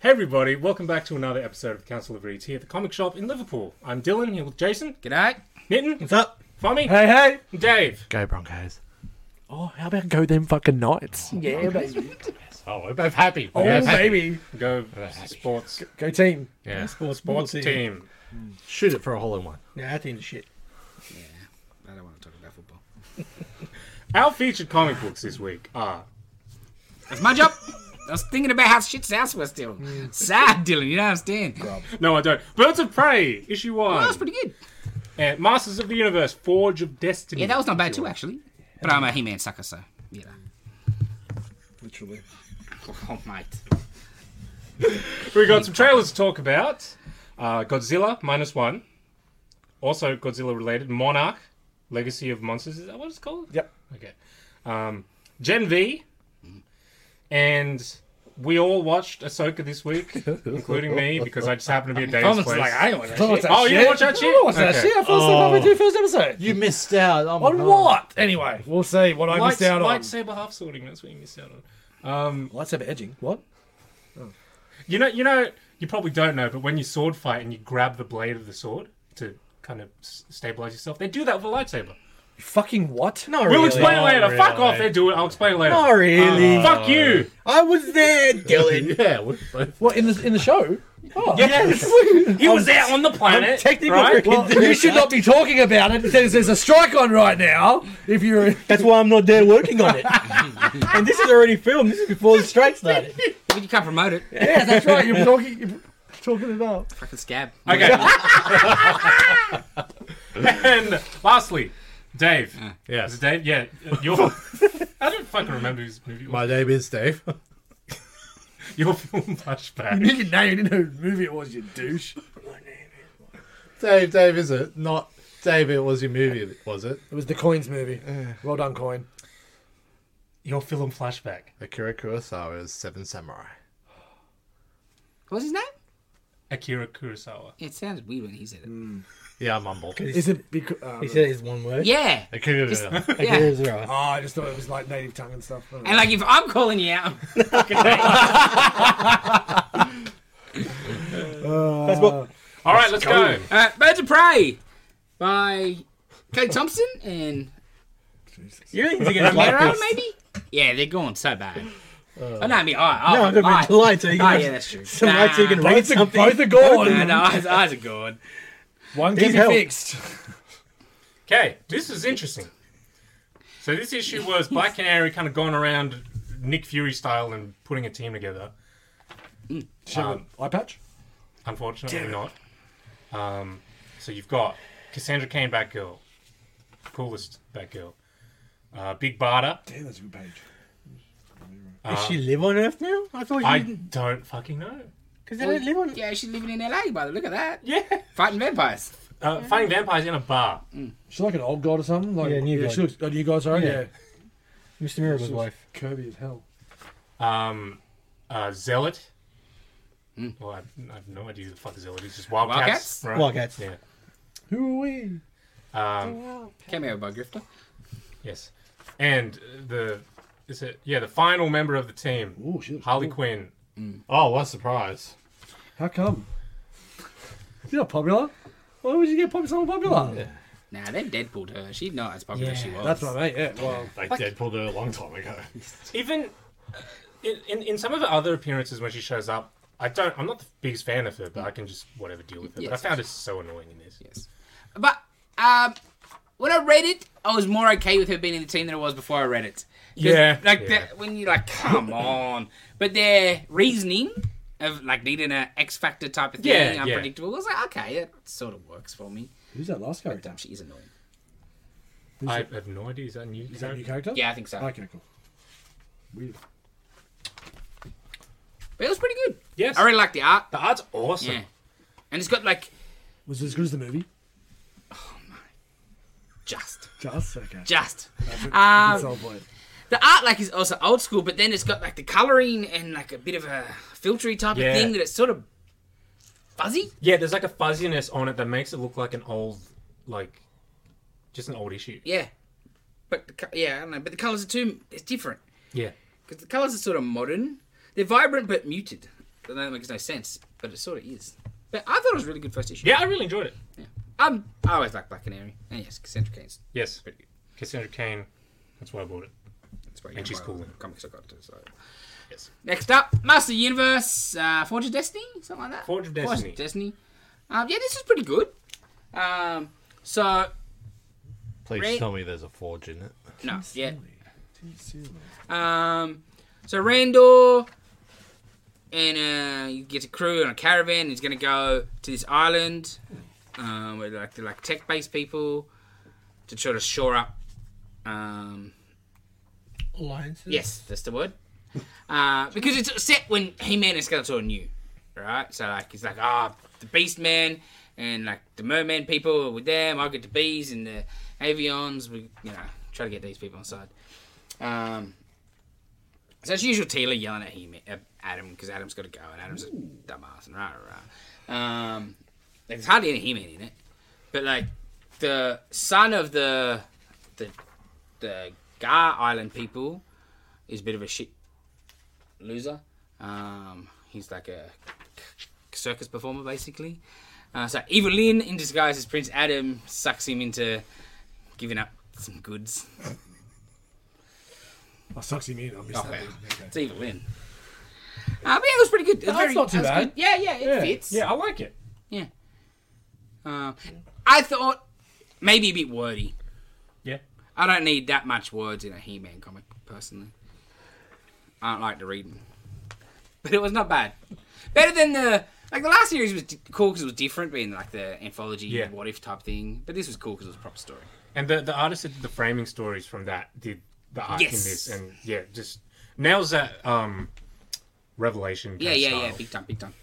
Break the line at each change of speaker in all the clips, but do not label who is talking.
Hey everybody, welcome back to another episode of Council of Reeds here at the comic shop in Liverpool. I'm Dylan, here with Jason,
G'day.
Mitten,
What's up?
Fummy,
Hey, hey!
and Dave.
Go Broncos. Oh, how about go them fucking Knights?
Yeah, baby.
Oh, we're both happy.
Oh,
We're both happy.
baby.
Go sports.
Go team.
Yeah.
Sports,
Sports team.
Shoot it for a hole in one.
Yeah, that team's shit.
I don't want to talk about football.
Our featured comic books this week are
That's my job. I was thinking about how shit's house was still.
Mm.
Sad, Dylan. You don't understand.
No I don't. Birds of Prey, issue
That
one.
was pretty good.
and Masters of the Universe, Forge of Destiny.
Yeah, that was not bad too, actually. But I'm a He-Man sucker, so you know.
Literally.
Oh, mate.
We got some trailers to talk about. Uh, Godzilla minus one. Also Godzilla related. Monarch, Legacy of Monsters. Is that what it's called?
Yep.
Okay. Um, Gen V. And we all watched Ahsoka this week, including me, because I just happened to be at Dave's
Thomas
place.
is like, I don't want
Oh,
that
what's
shit.
that
Oh, you
shit?
didn't watch that shit?
I watched that
Okay.
shit. I first oh. halfway through first episode.
You missed out. Oh,
on what? Anyway, we'll see what I
Lights,
missed out on.
lightsaber half sorting. That's what you missed out on.
Lightsaber edging. What?
You know, you know, you probably don't know, but when you sword fight and you grab the blade of the sword to kind of s- stabilize yourself, they do that with a lightsaber.
Fucking what? No,
We'll explain it later.
Oh,
Fuck off.
really?
They do it. I'll explain it later. Uh,
Not really.
Fuck you.
I was there, Dylan.
Yeah, we're both.
what in the in the show? Oh.
Yes. He was there on the planet.
Technically,
right?
you should not be talking about it. There's, there's a strike on right now. If you're
That's why I'm not there working on it. and this is already filmed. This is before the strike started.
But you can't promote it.
yeah, that's right. You're talking. You're talking it up.
Fucking scab.
Okay. and lastly, Dave.
Yeah.
Mm. Is it Dave? Yeah. Your. I don't fucking remember whose movie. it was.
My name is Dave.
Your film flashback.
You knew your name. You didn't know whose movie it was. You douche.
Dave, Dave, is it? Not Dave, it was your movie, was it?
It was the Coins movie. Well done, Coin.
Your film flashback.
Akira Kurosawa's Seven Samurai.
What's his name?
Akira Kurosawa.
It sounded weird when he said
Mm.
it.
Yeah, I mumble.
Is it because? Um,
He said it's one word.
Yeah.
Akira.
Like, it
Yeah.
is right.
oh, I just thought it was like native tongue and stuff. I don't know.
And like, if I'm calling you out,
All right, let's go.
uh, Birds of Prey by Kate Thompson and
You don't think it's like
Romero,
this.
maybe. Yeah, they're going so bad.
Uh.
oh, no, I mean, I, I,
No, I'm
I,
going to lie to you.
Oh, yeah, that's true.
Some lights you can
Nah.
write
both, are,
something.
both are gone.
No, no, eyes, eyes are good.
One
He's
can be
helped.
fixed.
Okay, this is interesting. So this issue was Black Canary kind of going around Nick Fury style and putting a team together.
Um, eye patch.
Unfortunately, not. Um, so you've got Cassandra Kane Batgirl, coolest Batgirl. Uh, Big Barda.
Damn, that's a good page.
Does she live on Earth now? I thought
I
she didn't.
don't fucking know.
Because they don't live on
Yeah, she's living in LA, by the look at that.
Yeah.
Fighting vampires.
Uh, fighting vampires in a bar.
She's like an old god or something. Like,
Yeah, new god.
She looks, oh, new god, sorry.
Yeah.
Yeah.
Mr. Mirable's
She looks
wife.
Kirby as hell.
Um, uh, Zealot. Well, I, I have no idea who the fuck Zealot is. Just Wildcats.
Wildcats?
Right.
Wildcats.
Yeah.
Who are we?
Um,
Cameo by Grifter.
Yes, and uh, the is it yeah the final member of the team,
Ooh, she looks
Harley
cool.
Quinn.
Oh, what a surprise.
How come? You're not popular. Why would you get pop- someone popular?
Nah, they Deadpooled her. She's not as popular as she was.
That's what I mean. Yeah. Well,
They Deadpooled it a long time ago.
Even uh, in, in in some of her other appearances when she shows up, I don't. I'm not the biggest fan of her, but I can just whatever deal with her.
Yes.
But I found her so annoying in this.
Yes. But um, when I read it, I was more okay with her being in the team than I was before I read it. 'Cause,
Yeah,
Like
yeah.
That, when you're like, come on. But their reasoning of like needing an X Factor type of thing,
Yeah, yeah.
unpredictable, I was like, okay, that sort of works for me.
who's that last character?
Damn, she is annoying.
I have no idea. Is that new?
Is that a
character?
new character?
Yeah, I think so.
Okay, cool. Weird.
But it was pretty good.
Yes.
I really like the art.
The art's awesome.
Yeah. And it's got like
Was it as good as the movie?
just,
Just okay.
just.
Good
Um,
sell point.
the art like is also old school, but then it's got like the coloring and like a bit of a filtery type
Yeah.
of thing that it's sort of fuzzy.
Yeah, there's like a fuzziness on it that makes it look like an old, like, just an old issue.
Yeah, but the, co- yeah, I don't know. But the colors are too. It's different
Yeah.
because the colors are sort of modern. They're vibrant but muted. that makes no sense, but it sort of is. But I thought it was a really good first issue.
Yeah, I really enjoyed it.
Um, I always like Black Canary. And yes, Cassandra Cain's
Yes,
pretty good.
Cassandra Kane. That's why I bought it.
That's why
And she's cool.
The comics I got too, so.
Yes.
Next up, Master Universe, uh, Forge of Destiny, something like that.
Forge of Destiny.
Forge of Destiny. Um, yeah, this is pretty good. Um, so
Please
Right.
tell me there's a forge in it.
no, yeah. Um, so Randor and uh, you get a crew on a caravan. He's going to go to this island um, where they're like, they're like tech-based people to sort of shore up. Um,
Alliances.
yes, that's the word. Uh, because it's set when He-Man and Skeletor are new, right? So like it's like ah, the Beast Man and like the Merman people are with them. I get the bees and the avions. We you know try to get these people on side. Um, so it's usual Taylor yelling at him, at Adam, because Adam's got to go, and Adam's a dumbass, and rah rah rah. Um, like, there's hardly any He-Man in it, but like the son of the the the Gar Island people is a bit of a shit loser. Um, he's like a circus performer basically. Uh, so Evil Lyn, in disguise as Prince Adam, sucks him into giving up some goods.
Oh, sucks him in. I missed that. bit. Okay.
It's Evil Lyn. Uh, but yeah, it was pretty good. It was
That's
very-
not too
it was
bad.
good. Yeah, yeah, it
Yeah,
fits.
Yeah, I like it.
Uh, I thought maybe a bit wordy.
Yeah.
I don't need that much words in a He-Man comic, personally. I don't like to read them, but it was not bad. Better than the like the last series was di- cool because it was different, being like the anthology
Yeah.
what if type thing. But this was cool because it was a proper story.
And the the artist that did the framing stories from that did the art in
Yes.
this, and yeah, just nails that um revelation.
Yeah,
kinda
yeah,
style.
yeah, big time, big time.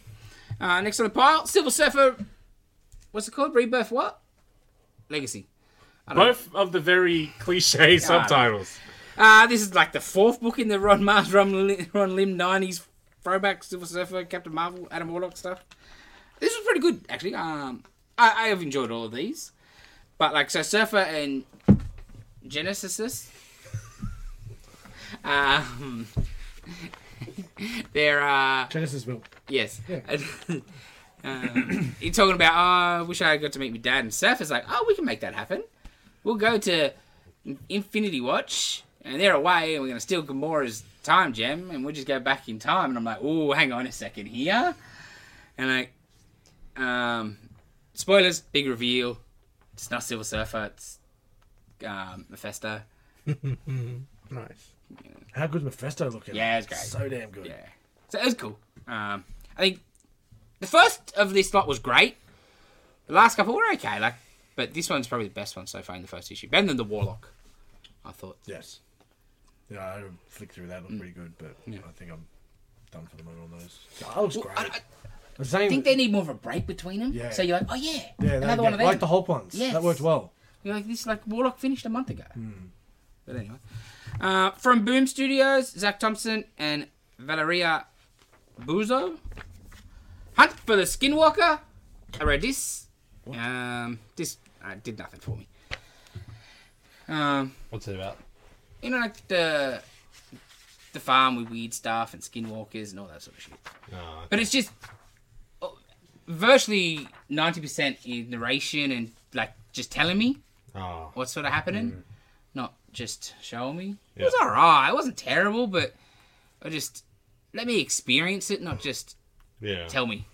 Uh, next on the pile, Silver Surfer. What's it called? Rebirth? What? Legacy.
Both of the very cliche subtitles.
Uh, this is like the fourth book in the Ron Mars, Ron, Lim- Ron Lim 90s throwback, Silver Surfer, Captain Marvel, Adam Warlock stuff. This was pretty good, actually. Um, I, I have enjoyed all of these. But, like, so Surfer and Genesis, um, they're, uh,
Genesis milk.
yes. um, you're talking about, oh, I wish I got to meet my dad. And Surfer's like, oh, we can make that happen. We'll go to Infinity Watch, and they're away, and we're going to steal Gamora's time gem, and we'll just go back in time. And I'm like, oh, hang on a second here. And like, um, spoilers, big reveal. It's not Silver Surfer, it's um, Mephisto.
Nice. How good's Mephisto looking?
Yeah, it's great.
So damn good.
Yeah. So it was cool. Um, I think the first of this lot was great. The last couple were okay, like, but this one's probably the best one so far in the first issue. Better than the Warlock, I thought.
Yes. Yeah, I flicked through that. Looked pretty good, but I think I'm done for the moment on those. That looks great.
I,
The same-
I think they need more of a break between them.
Yeah.
So you're like, oh yeah,
yeah,
another one of them.
like the Hulk ones.
Yes.
That worked well.
You're like, this is like Warlock finished a month ago. But anyway. Uh, from Boom Studios, Zach Thompson and Valeria Buzo. Hunt for the Skinwalker. I read this. Um, this uh, did nothing for me. Um,
What's it about?
you know, like the the farm with weird stuff and skinwalkers and all that sort of shit.
No.
But it's just oh, virtually ninety percent in narration and like just telling me
Oh,
what's sort of happening, not just show me. It
Yeah.
was alright. It wasn't terrible, but I just let me experience it, not just
yeah.
tell me.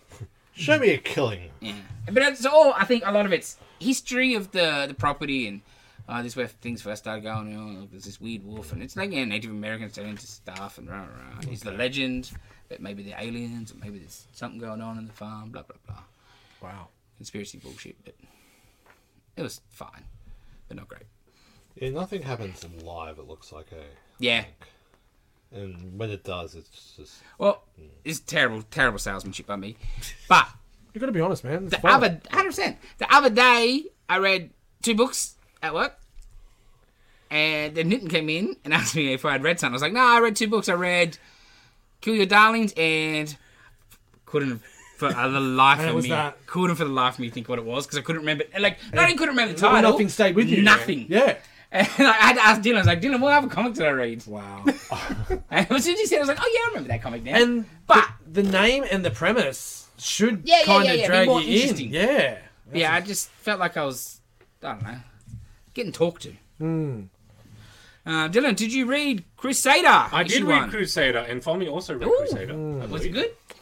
Show me a killing.
Yeah, but that's all. I think a lot of it's history of the the property and. Uh, this is where things first started going. You know, there's this weird wolf, and it's like yeah, Native Americans turn into stuff, and rah rah. rah. It's the legend that maybe the aliens, or maybe there's something going on in the farm. Blah blah blah.
Wow.
Conspiracy bullshit, but it was fine, but not great.
Yeah, nothing happens in live. It looks like a,
Yeah,
and when it does, it's just
Well, it's terrible, terrible salesmanship by me. But
You gotta be honest, man. It's
the
fun.
other, hundred percent. The other day, I read two books at work, and then Newton came in and asked me if I had read something. I was like, "No, I read two books. I read Kill Your Darlings and couldn't." For the life
And it
of
was
me,
that.
couldn't for the life of me think what it was because I couldn't remember. Like, not only couldn't remember the
Well,
title.
nothing stayed with you.
Nothing.
Yeah.
And like, I had to ask Dylan, I was like, Dylan, what other comic did I read?
Wow.
And as soon as he said, it, I was like, oh yeah, I remember that comic now.
And
But-
the, the name and the premise should
Yeah, yeah,
kind
yeah,
of
yeah, be
drag
more
you in.
interesting.
Yeah.
yeah, I just felt like I was, I don't know, getting talked to.
Hmm.
Uh, Dylan, did you read Crusader?
I did
Issue
read
one?
Crusader, and Tommy also read
Ooh.
Crusader.
Mm.
I
Was it
believe.
good?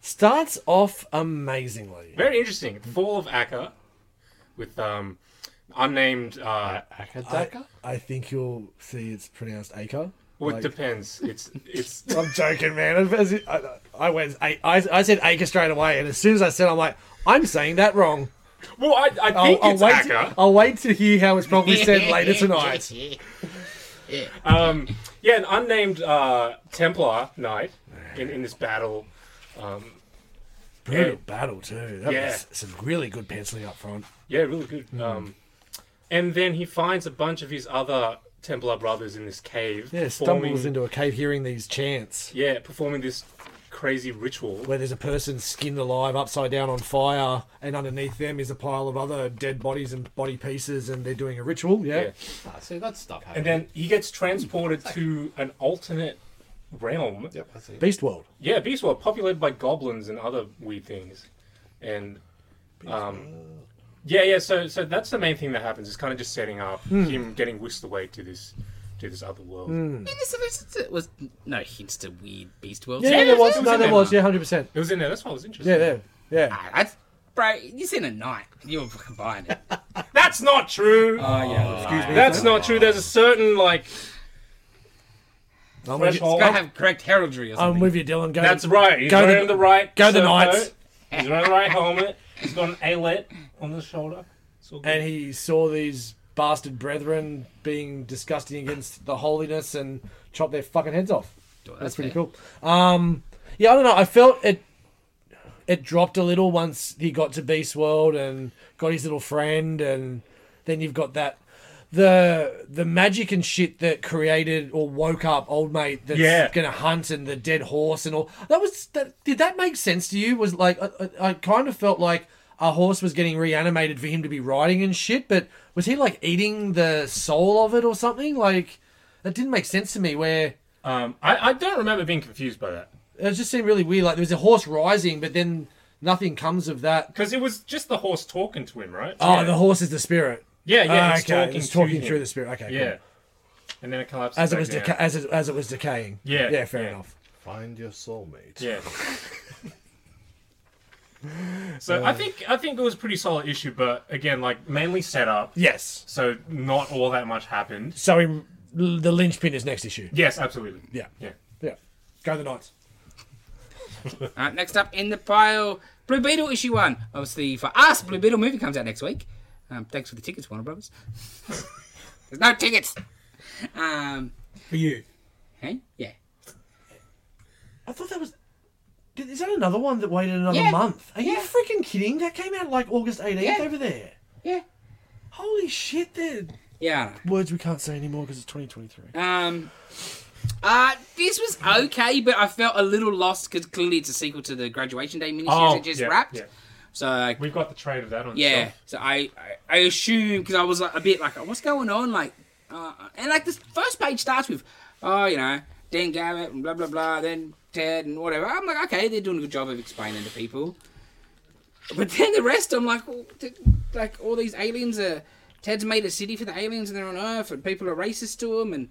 Starts off amazingly.
Very interesting. The Fall of Akka, with um, unnamed. Uh,
Akadaka?
I think you'll see it's pronounced acre.
well,
Like-
it depends. It's it's.
I'm joking, man. As it- I, I went, I, I, I said acre straight away, and as soon as I said, I'm like, I'm saying that wrong.
Well, I, I
I'll,
think
I'll
it's
wait. To,
Akka.
I'll wait to hear how it's probably said later tonight.
Um, yeah, an unnamed uh, Templar knight in, in this battle. Um,
Brutal
Yeah.
battle too. That
Yeah.
was some really good penciling up front.
Yeah, really good.
Hmm.
Um, and then he finds a bunch of his other Templar brothers in this cave.
Yeah, stumbles into a cave hearing these chants
Yeah, performing this crazy ritual.
where there's a person skinned alive upside down on fire, and underneath them is a pile of other dead bodies and body pieces, and they're doing a ritual. Yeah,
Yeah.
Ah, see, that's stuff happening.
And then he gets transported to an alternate realm.
Yep, I see.
Beast World.
Yeah, Beast World, populated by goblins and other weird things. And um, yeah, yeah. So, so that's the main thing that happens. It's kind of just setting up
Hmm.
him getting whisked away to this, to this other world.
Yeah, so there's- there was no hints to weird beast world.
Yeah,
Yeah,
there
there
was.
was
No,
in
there
there.
was. Yeah, hundred percent.
It was in there. That's why I was interested.
Yeah, there. Yeah.
Ah, that's bro. You seen a night? You were fucking buying it.
That's not true.
Oh yeah, excuse
that's not true. There's a certain like
Oh, I'm with,
Fresh
you,
hole.
Gotta have correct heraldry or
I'm
something.
with you, Dylan. Go.
That's right. He's
Go to
wearing
the-
the, right.
go the
surf
Knights.
coat. He's wearing the right helmet. He's got an alet on the shoulder. It's all good.
And he saw these bastard brethren being disgusting against the holiness and chop their fucking heads off.
Oh,
That's pretty
fair.
cool. Um, yeah, I don't know. I felt it. It dropped a little once he got to Beast World and got his little friend, and then you've got that the the magic and shit that created or woke up old mate that's
Yeah.
gonna hunt and the dead horse and all that was that did that make sense to you was like I, I, I kind of felt like a horse was getting reanimated for him to be riding and shit but was he like eating the soul of it or something like that didn't make sense to me where
um, I, I don't remember being confused by that
it just seemed really weird. Like there was a horse rising, but then nothing comes of that.
because it was just the horse talking to him, right?
Oh,
yeah.
the horse is the spirit.
yeah, yeah.
Ah,
He's
okay,
talking,
it's talking
to him.
through the spirit. Okay, cool.
Yeah, and then it collapses.
As it
back
was
down.
deca- as it, as it was decaying.
Yeah,
yeah, fair
yeah.
enough.
Find your soulmate.
Yeah. so I think I think it was a pretty solid issue, but again, like mainly set up,
Yes.
so not all that much happened.
So he, the linchpin is next issue.
Yes, absolutely.
Yeah.
Yeah.
Yeah. Go the knights.
Alright, next up in the pile, Blue Beetle issue one. Obviously, for us, Blue Beetle movie comes out next week. Um, thanks for the tickets, Warner Brothers. There's no tickets. Um,
For you.
hey, yeah,
I thought that was. did- Is that another one that waited another
Yeah.
month? Are you
Yeah.
freaking kidding? That came out like August 18th
Yeah.
over there.
yeah,
Holy shit! There
yeah.
words we can't say anymore because it's 2023.
Um, uh, this was okay, but I felt a little lost because clearly it's a sequel to the Graduation Day miniseries that just
Oh, yeah,
wrapped.
yeah.
So like,
We've got the trade of that on. the
Yeah.
shelf.
So I, I, I assume because I was like, a bit like, what's going on? Like, uh, and like this first page starts with, oh, you know, Dan Garrett and blah blah blah, then Ted and whatever. I'm like, okay, they're doing a good job of explaining to people. But then the rest, I'm like, well, t- like all these aliens are. Ted's made a city for the aliens, and they're on Earth, and people are racist to them, and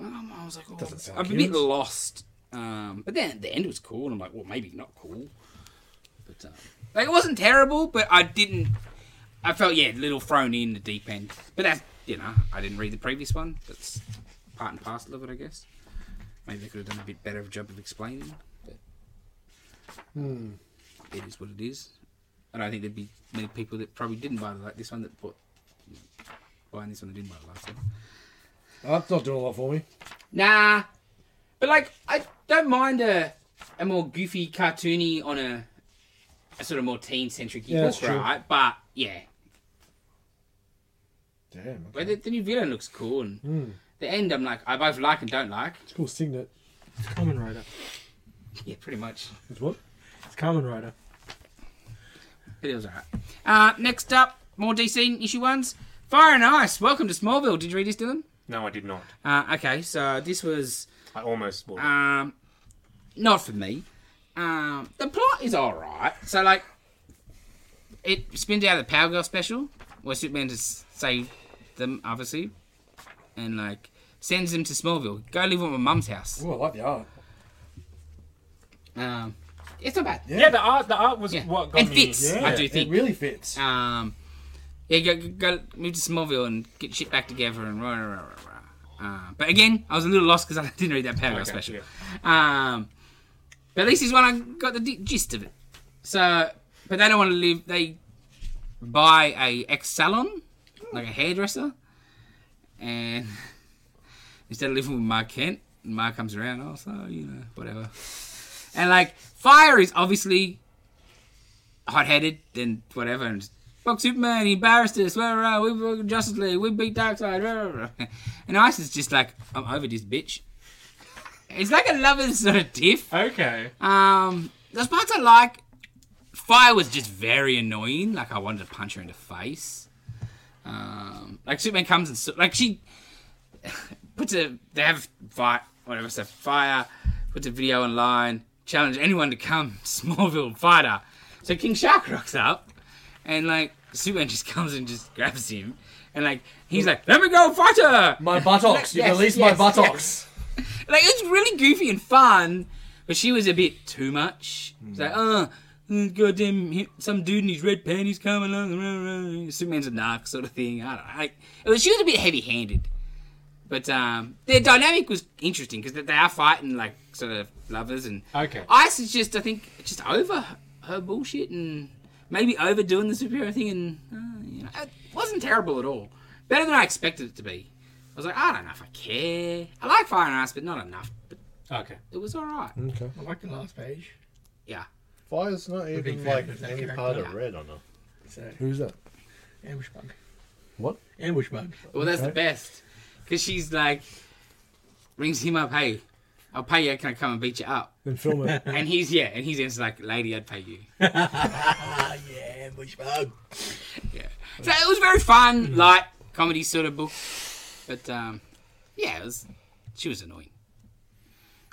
um, I was like, oh,
sound
I'm a bit
humans.
lost. Um, but then the end was cool, and I'm like, well, maybe not cool. But um, like, it wasn't terrible, but I didn't. I felt yeah, a little thrown in the deep end. But that's you know, I didn't read the previous one. That's part and parcel of it, I guess. Maybe they could have done a bit better of a job of explaining. But
Hmm.
It is what it is. And I think there'd be many people that probably didn't buy the, like this one that bought buying this one that didn't buy the last one.
That's not doing a lot for me.
Nah. But like I don't mind a a more goofy cartoony on a a sort of more teen centric
Yeah, that's
book,
true.
right? But yeah.
Damn.
But the, the new villain looks cool and the end I'm like I both like and don't like.
It's cool signet.
It's Common Rider.
Yeah, pretty much.
It's what?
It's Common Rider.
But it was alright. Uh next up, more DC issue ones. Fire and Ice. Welcome to Smallville. Did you read this, Dylan?
No, I did not.
Uh, okay, so this was
I almost bought it.
um, not for me. Um, the plot is all right. So like, it spins out of the Power Girl special where Superman just saved them, obviously, and like sends them to Smallville. Go live at my mum's house.
Ooh, I like the art.
Um, it's not bad.
yeah. the art, the art was
Yeah.
what got
And
me.
fits. I do think-
It really fits.
Um, yeah, go, go, go move to Smallville and get shit back together and rah, rah, rah, rah, rah. Uh, but again, I was a little lost because I didn't read that paragraph
Okay,
Ah, special. Um, but at least is when I got the d- gist of it. So, but they don't want to live. They buy a ex salon, like a hairdresser, and instead of living with Mark Kent, Mark comes around. Oh, so you know, whatever. And like, fire is obviously hot-headed and whatever. And just, fuck Superman, he embarrassed us. Rah, rah, we broke Justice League. We beat Darkseid. Rah, rah, rah. And Ice is just like, I'm over this bitch. It's like a lover's sort of diff.
Okay.
Um, there's parts I like. Fire was just very annoying. Like I wanted to punch her in the face. Um, like Superman comes and so- like she puts a they have a fight whatever so fire puts a video online challenge anyone to come Smallville fighter. So King Shark rocks up and like Superman just comes and just grabs him and like he's like let me go fight her
my buttocks. You
Yes,
release
yes,
my buttocks.
like it's really goofy and fun, but she was a bit too much. It's like, oh, mm, goddamn, him- some dude in his red panties coming along. rah, rah, Superman's a narc sort of thing. I don't know. Like, it was, she was a bit heavy-handed, but um, their dynamic was interesting because they are fighting like sort of lovers, and
Okay.
Ice is just, I think, just over her- her bullshit and maybe overdoing the superhero thing, and uh, you know, it wasn't terrible at all. Better than I expected it to be. I was like, I don't know if I care. I like Fire and Ice, but not enough. But
Okay.
it was all right.
I like the last page.
Yeah.
Fire's not even
fan
like
of that
any
character.
part of red on her.
So,
Who's that?
ambush bug.
What?
Ambush bug.
Well, that's the best. Because she's like, rings him up, hey, I'll pay you. Can I come and beat you up?
Then film it.
And he's, yeah, and he's just like, lady, I'd pay you.
Ah, yeah, ambush bug.
So it was very fun, light comedy sort of book. But um, yeah, it was, she was annoying.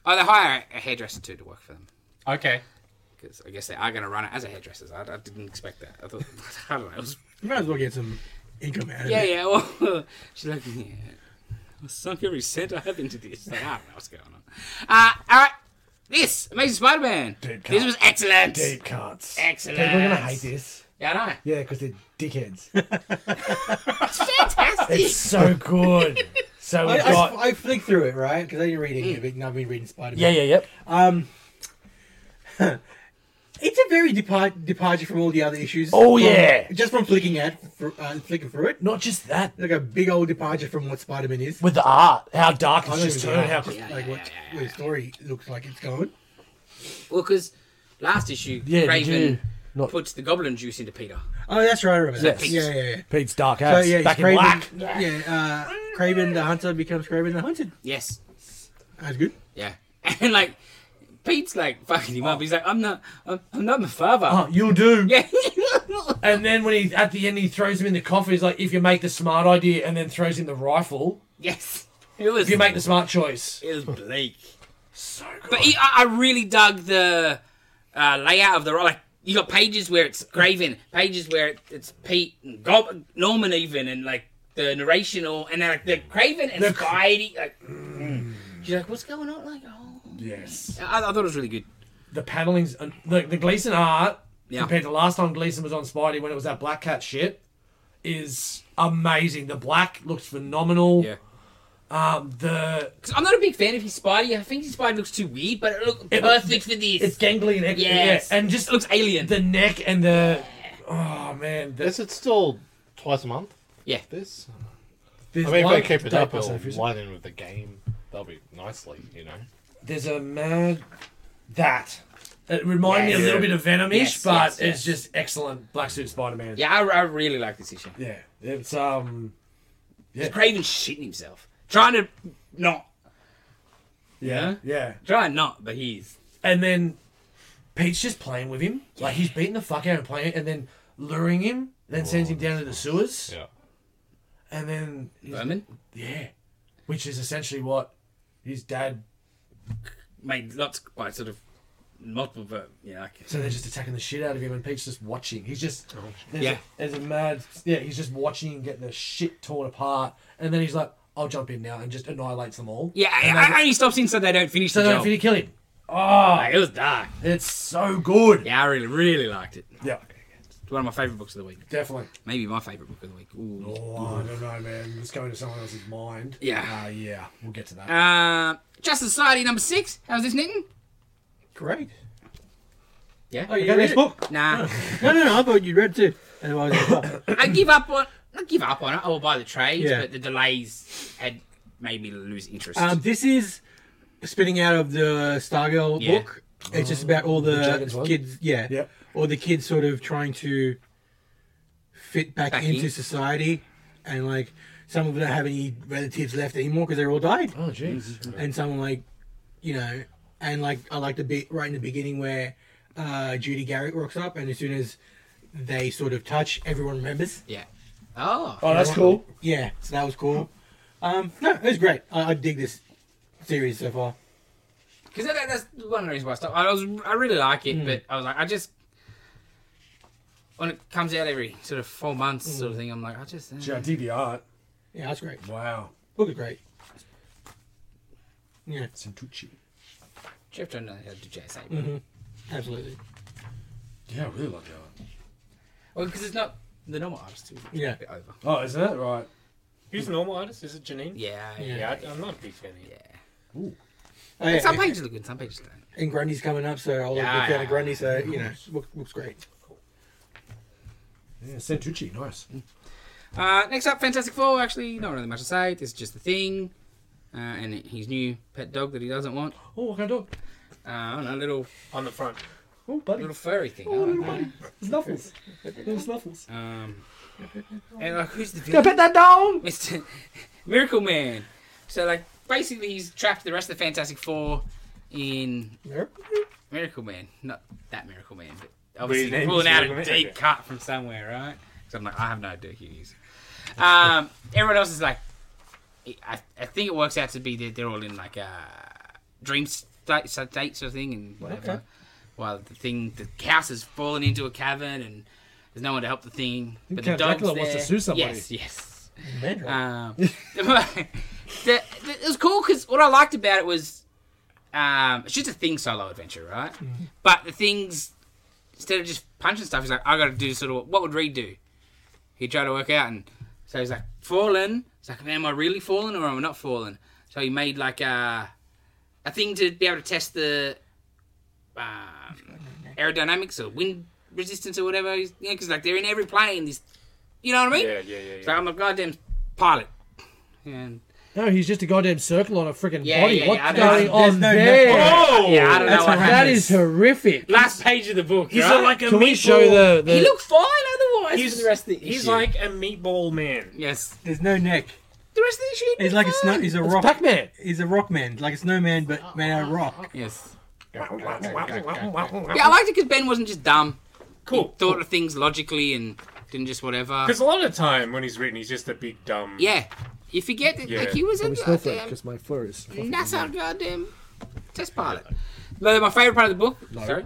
Oh, they hire a hairdresser too to work for them.
Okay.
Because I guess they are going to run it as a hairdresser. I, I didn't expect that. I thought, I don't know. It was
You might as well get some income out of
Yeah,
it.
yeah. Well, she's like, yeah. I sunk every cent I have into this. Like, I don't know what's going on. Uh, all right. This Amazing Spider-Man.
Dead
This
cut.
was excellent.
Deep cuts.
Excellent.
People are gonna hate this.
Yeah, I know.
Yeah, because they're dickheads.
It's fantastic.
It's so good. So
I,
we've
I,
got. Mm.
I flicked through it, right? Because I didn't read any of it, and I've been reading Spider-Man.
Yeah, yeah, yep.
Um, it's a very depart- departure from all the other issues.
Oh,
From-
yeah.
just from flicking at fr- uh, flicking through it,
Not just that,
like a big old departure from what Spider-Man is.
with the art, how dark
I
it's
don't
just
even
turned,
know,
how
just,
Yeah,
like
yeah,
what
yeah, yeah,
the story looks like it's going.
well, because last issue,
Yeah, did
Raven
you not-
puts the Goblin juice into Peter.
Oh, that's right, I remember. that.
Yes.
Yeah, yeah, yeah.
Pete's dark
So
ass
yeah, it's
back in
Craven,
black.
yeah, uh, Craven the Hunter becomes Craven the Hunted.
Yes.
That's good.
Yeah. And like, Pete's like fucking him up. He's like, I'm not, I'm, I'm not my father.
Oh, you'll do.
Yeah.
And then when he at the end he throws him in the coffin, he's like, if you make the smart idea, and then throws in the rifle,
yes. It was.
if you make the smart choice.
It was bleak.
So good.
But he, I, I really dug the uh, layout of the ro- like. You got pages where it's Graven, pages where it, it's Pete and Gob- Norman even, and like the narration all, and then like the Craven and the
The cr-
like. She's like, what's going on? Like, oh.
yes.
I, I thought it was really good.
The paneling's the the Gleason art
Yeah.
compared to last time Gleason was on Spidey when it was that black cat shit is amazing. The black looks phenomenal.
Yeah.
Um, the
'Cause I'm not a big fan of his Spidey. I think his Spidey looks too weird, but it looked
It-
perfect for this.
it's gangly and extra,
Yes.
yeah, and just
it looks alien.
the neck and the oh man, the,
Is it still twice a month?
Yeah.
This.
there's
I mean,
one
if they keep it
day
up,
pass
it'll
over, isn't it?
line in with the game. That'll be nicely, you know.
there's a mad that it reminded me a
Yes.
little bit of Venomish,
Yes,
but
yes, yes.
it's just excellent Black Suit Spider Man.
yeah, I, I really like this issue.
yeah, it's um, Yeah.
Craven's shitting himself, trying to not,
yeah, yeah,
trying not, but he's.
and then Pete's just playing with him, like he's beating the fuck out and playing, and then luring him, then sends him down to the sewers.
Yeah.
and then his-
Vermin?
yeah, which is essentially what his dad.
Made lots by sort of multiple vermin. Yeah, okay.
So they're just attacking the shit out of him, and Pete's just watching. He's just there's
Yeah.
a, there's a mad yeah. He's just watching and getting the shit torn apart, and then he's like, "I'll jump in now," and just annihilates them all.
Yeah,
And
I,
they-
I only stopped in so they don't finish
so
the
they
job.
don't finish kill him. Oh,
Like, it was dark.
it's so good.
Yeah, I really, really liked it.
Yeah,
It's one of my favourite books of the week.
definitely.
Maybe my favourite book of the week. Ooh.
Oh, I don't know, man. Let's go into someone else's mind.
Yeah.
Uh, yeah, we'll get to that.
Uh, Justice Society number six. How's this, Nitin?
Great.
Yeah.
Oh, you got next book?
Nah.
No, no, no. I thought you read too. And I was like, oh.
I give up on. I give up on it. I will buy the trades,
Yeah.
but the delays had made me lose interest.
Um, this is spinning out of the Stargirl
Yeah.
book. It's just about all
The
the,
Dragons one?
kids, yeah,
Yep.
all the kids sort of trying to fit back,
Back
into
in.
society, and like some of them don't have any relatives left anymore because they're all died,
oh, jeez.
and some are, like, you know, and like I like the bit right in the beginning where uh, Judy Garrick rocks up, and as soon as they sort of touch, everyone remembers.
yeah. Oh.
Oh, that's cool.
Yeah, so that was cool. Um, no, it was great. I, I dig this series so far.
Because that, that's one of the reasons why I stopped. I was I really like it, but I was like I just when it comes out every sort of four months sort of thing, I'm like I just uh,
Gee, I dig the art.
Yeah, that's great.
Wow.
Book is great. Yeah,
Santucci.
Jeff don't know how to do JSA.
Mm-hmm. absolutely.
Yeah, I really like that.
Well, because it's not the normal artist. Too.
Yeah.
Over.
Oh, is that right?
Who's the normal artist? Is it Janine?
Yeah.
Yeah.
Yeah, I, I'm not a big fan of it.
Oh, yeah,
Some
yeah.
pages look good, some pages don't.
And Grundy's coming up, so I'll
Yeah,
yeah, be
yeah.
of Grundy. So you know, look, looks great.
Yeah, Santucci, nice.
Uh, next up, Fantastic Four. Actually, not really much to say. This is just the thing, uh, and his new pet dog that he doesn't want.
Oh, what kind of dog?
Uh, I don't know, little
On the front.
Oh, buddy.
little furry thing. I don't know.
Snuffles. Little snuffles.
Um, and like, who's the
Yeah,
villain?
pet that down!
Mr. Miracle Man. So like basically he's trapped the rest of the Fantastic Four in Miracle Man. Not that Miracle Man, but obviously
his name
pulling
is
out a
Miracle Man,
deep
okay.
cut from somewhere, right? Because I'm like, I have no idea who he is. Um, everyone else is like, I, I think it works out to be that they're all in like a dream state, state sort of thing and whatever. While the thing, the house has fallen into a cavern and there's no one to help the thing. But the
Count
dog's
Dracula
there.
wants to sue somebody.
Yes, yes.
Mandarin.
Um, the, the, it was cool because what I liked about it was um, it's just a thing solo adventure, right? But the things instead of just punching stuff, he's like, I got to do sort of what would Reed do? He tried to work out, and so he's like, fallen. It's like, am I really fallen or am I not fallen? So he made like a a thing to be able to test the um, aerodynamics or wind resistance or whatever. Because you know, 'cause, like they're in every plane, this, you know what I mean?
Yeah, yeah, yeah.
So
yeah.
I'm a goddamn pilot. And
No, he's just a goddamn circle on a freaking
Yeah,
body.
yeah, yeah,
What's
I know.
going
There's
on
no-
there?
Oh!
yeah, I don't
That's
know what
that
happened.
is horrific.
Last page of the book.
He's
right?
like a
Can
meatball.
we show the, the
he looked fine otherwise.
He's,
for the rest of the
he's
issue.
like a meatball man.
yes,
There's no neck.
the rest of the issue.
He's like a snow. He's a
it's
rock.
Pac-Man?
He's a rock man, like a snowman,
Oh,
but made out of rock.
Yes. Yeah, I
Yeah,
liked it because Ben wasn't just dumb. He
cool.
thought
Because
of things logically and didn't just whatever.
a lot of time when he's written, he's just a big dumb.
Yeah, you forget that
Yeah.
like, he was a goddamn
my fur is.
NASA goddamn test pilot. But my favorite part of the book, sorry,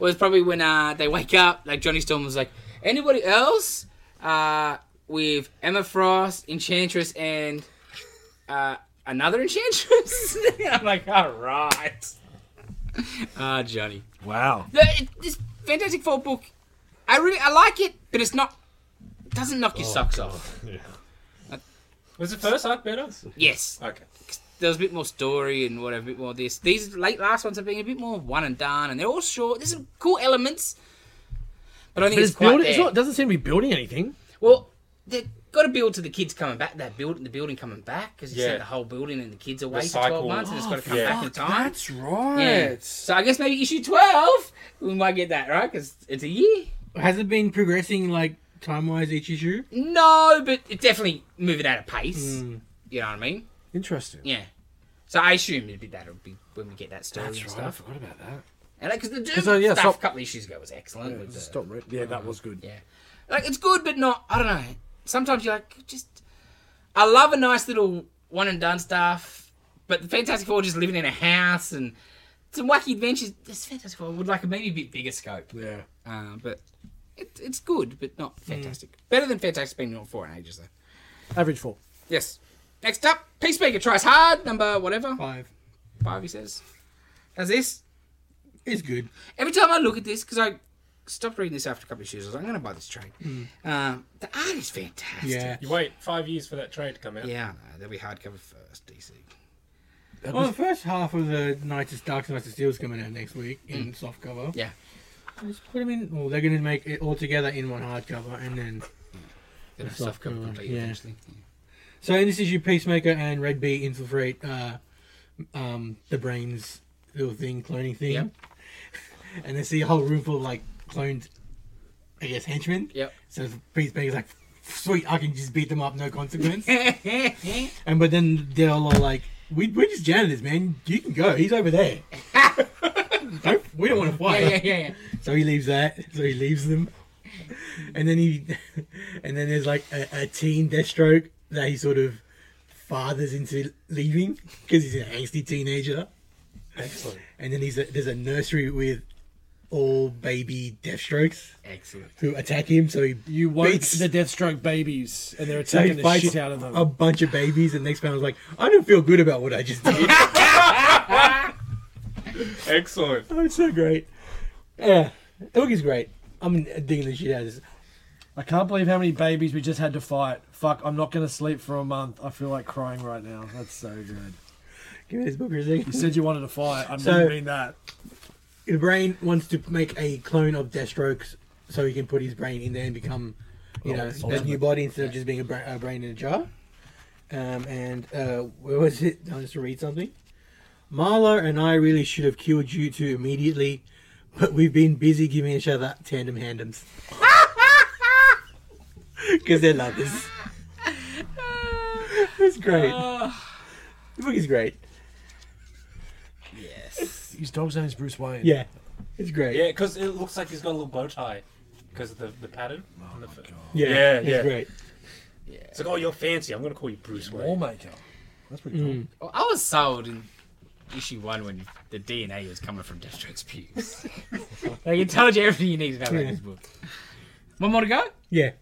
was probably when uh, they wake up. Like Johnny Storm was like, anybody else uh, with Emma Frost, Enchantress, and uh, another Enchantress? I'm like, all right. Ah, Johnny.
Wow.
The, it, this Fantastic Four book, I really I like it, but it's not. It doesn't knock your socks off.
Was the first arc better?
Yes,
Okay.
there was a bit more story and whatever, a bit more this. These late last ones have been a bit more one and done, and they're all short. There's some cool elements, but I don't think
But it's,
it's, quite
building.
there.
It's not, it doesn't seem to be building anything.
Well, they've got to build to the kids coming back. That build the building coming back because you
Yeah.
said the whole building and the kids away for twelve
cycle.
months, and it's got to come
yeah.
back in time.
right.
Yeah. So I guess maybe issue twelve we might get that right because it's a year.
Has it been progressing like time-wise each issue?
No, but it's definitely moving out of pace.
Hmm.
You know what I mean?
Interesting.
Yeah. So I assume it'd be that'll be when we get that story and
I
stuff.
forgot about that.
And like, because the Doom
'Cause, uh, yeah,
stuff
stop-
a couple issues ago was excellent. with the-
Stop. Re- yeah, that was good.
yeah. Like it's good, but not. I don't know. Sometimes you're like, just I love a nice little one and done stuff, but the Fantastic Four just living in a house and some wacky adventures. This Fantastic Four would like a maybe a bit bigger scope.
Yeah. Hmm.
Uh, but it, it's good, but not fantastic. Better than Fantastic being not four in ages though.
Average four.
Yes. Next up, Peacemaker tries hard. Number whatever
Five.
five, he says. How's this?
It's good.
Every time I look at this, because I stopped reading this after a couple of issues, I was like, I'm going to buy this trade. Um, the art is fantastic.
Yeah.
You wait five years for that trade to come out.
Yeah, I know. they'll be hardcover first, DC.
Well, the first half of the Knights of Dark and Knights of Steel is coming out next week in soft cover.
Mm. Yeah.
Just put 'em in. Well, they're going to make it all together in one hardcover, and then
They'll have
soft
softcover
cover,
complete
yeah.
eventually.
so in this issue, Peacemaker and Red Bee infiltrate uh, um, the brains little thing, cloning thing,
Yep.
and they see a whole room full of like cloned, I guess, henchmen.
Yep.
So Peacemaker's like, "Sweet, I can just beat them up, no consequence."
yeah.
And but then they're all like, we, we're just janitors, man. You can go. He's over there. Don't, we don't want to fight.
yeah, yeah, yeah.
So he leaves that. So he leaves them. And then he, and then there's like a, a teen Deathstroke that he sort of fathers into leaving because he's an angsty teenager.
Excellent.
And then he's a, there's a nursery with all baby Deathstrokes
Excellent.
who attack him. So he
You won't
beats-
the Deathstroke babies, and they're
so he
attacking the
fights
shit out of them.
a bunch of babies, and next panel was like, I don't feel good about what I just did.
Excellent.
Oh, it's so great. Yeah, the book is great. I'm digging the shit out of this.
I can't believe how many babies we just had to fight. Fuck, I'm not going to sleep for a month. I feel like crying right now. That's so good.
Give me this book for a second.
You said you wanted to fight. I
So-
didn't mean that.
The brain wants to make a clone of Deathstroke so he can put his brain in there and become, you
Oh,
know, a new body instead of just being a, bra- a brain in a jar. Um, and uh, where was it? I'll just read something. Marlo and I really should have cured you two immediately, but we've been busy giving each other tandem handums. Because they're lovers. it's great. The book is great.
Yes.
His dog's name is Bruce Wayne.
Yeah, it's great.
Yeah, because it looks like he's got a little bow tie because of the, the pattern. on the
Oh
f-
Yeah,
Yeah,
it's
yeah.
great.
It's like, oh, you're fancy. I'm going to call you Bruce
Wall
Wayne.
maker. That's
Mm.
pretty cool.
Well, I was sold in issue one when the DNA was coming from Deathstroke's pubes. like, it told you everything you need to know about this book. One more to go?
Yeah,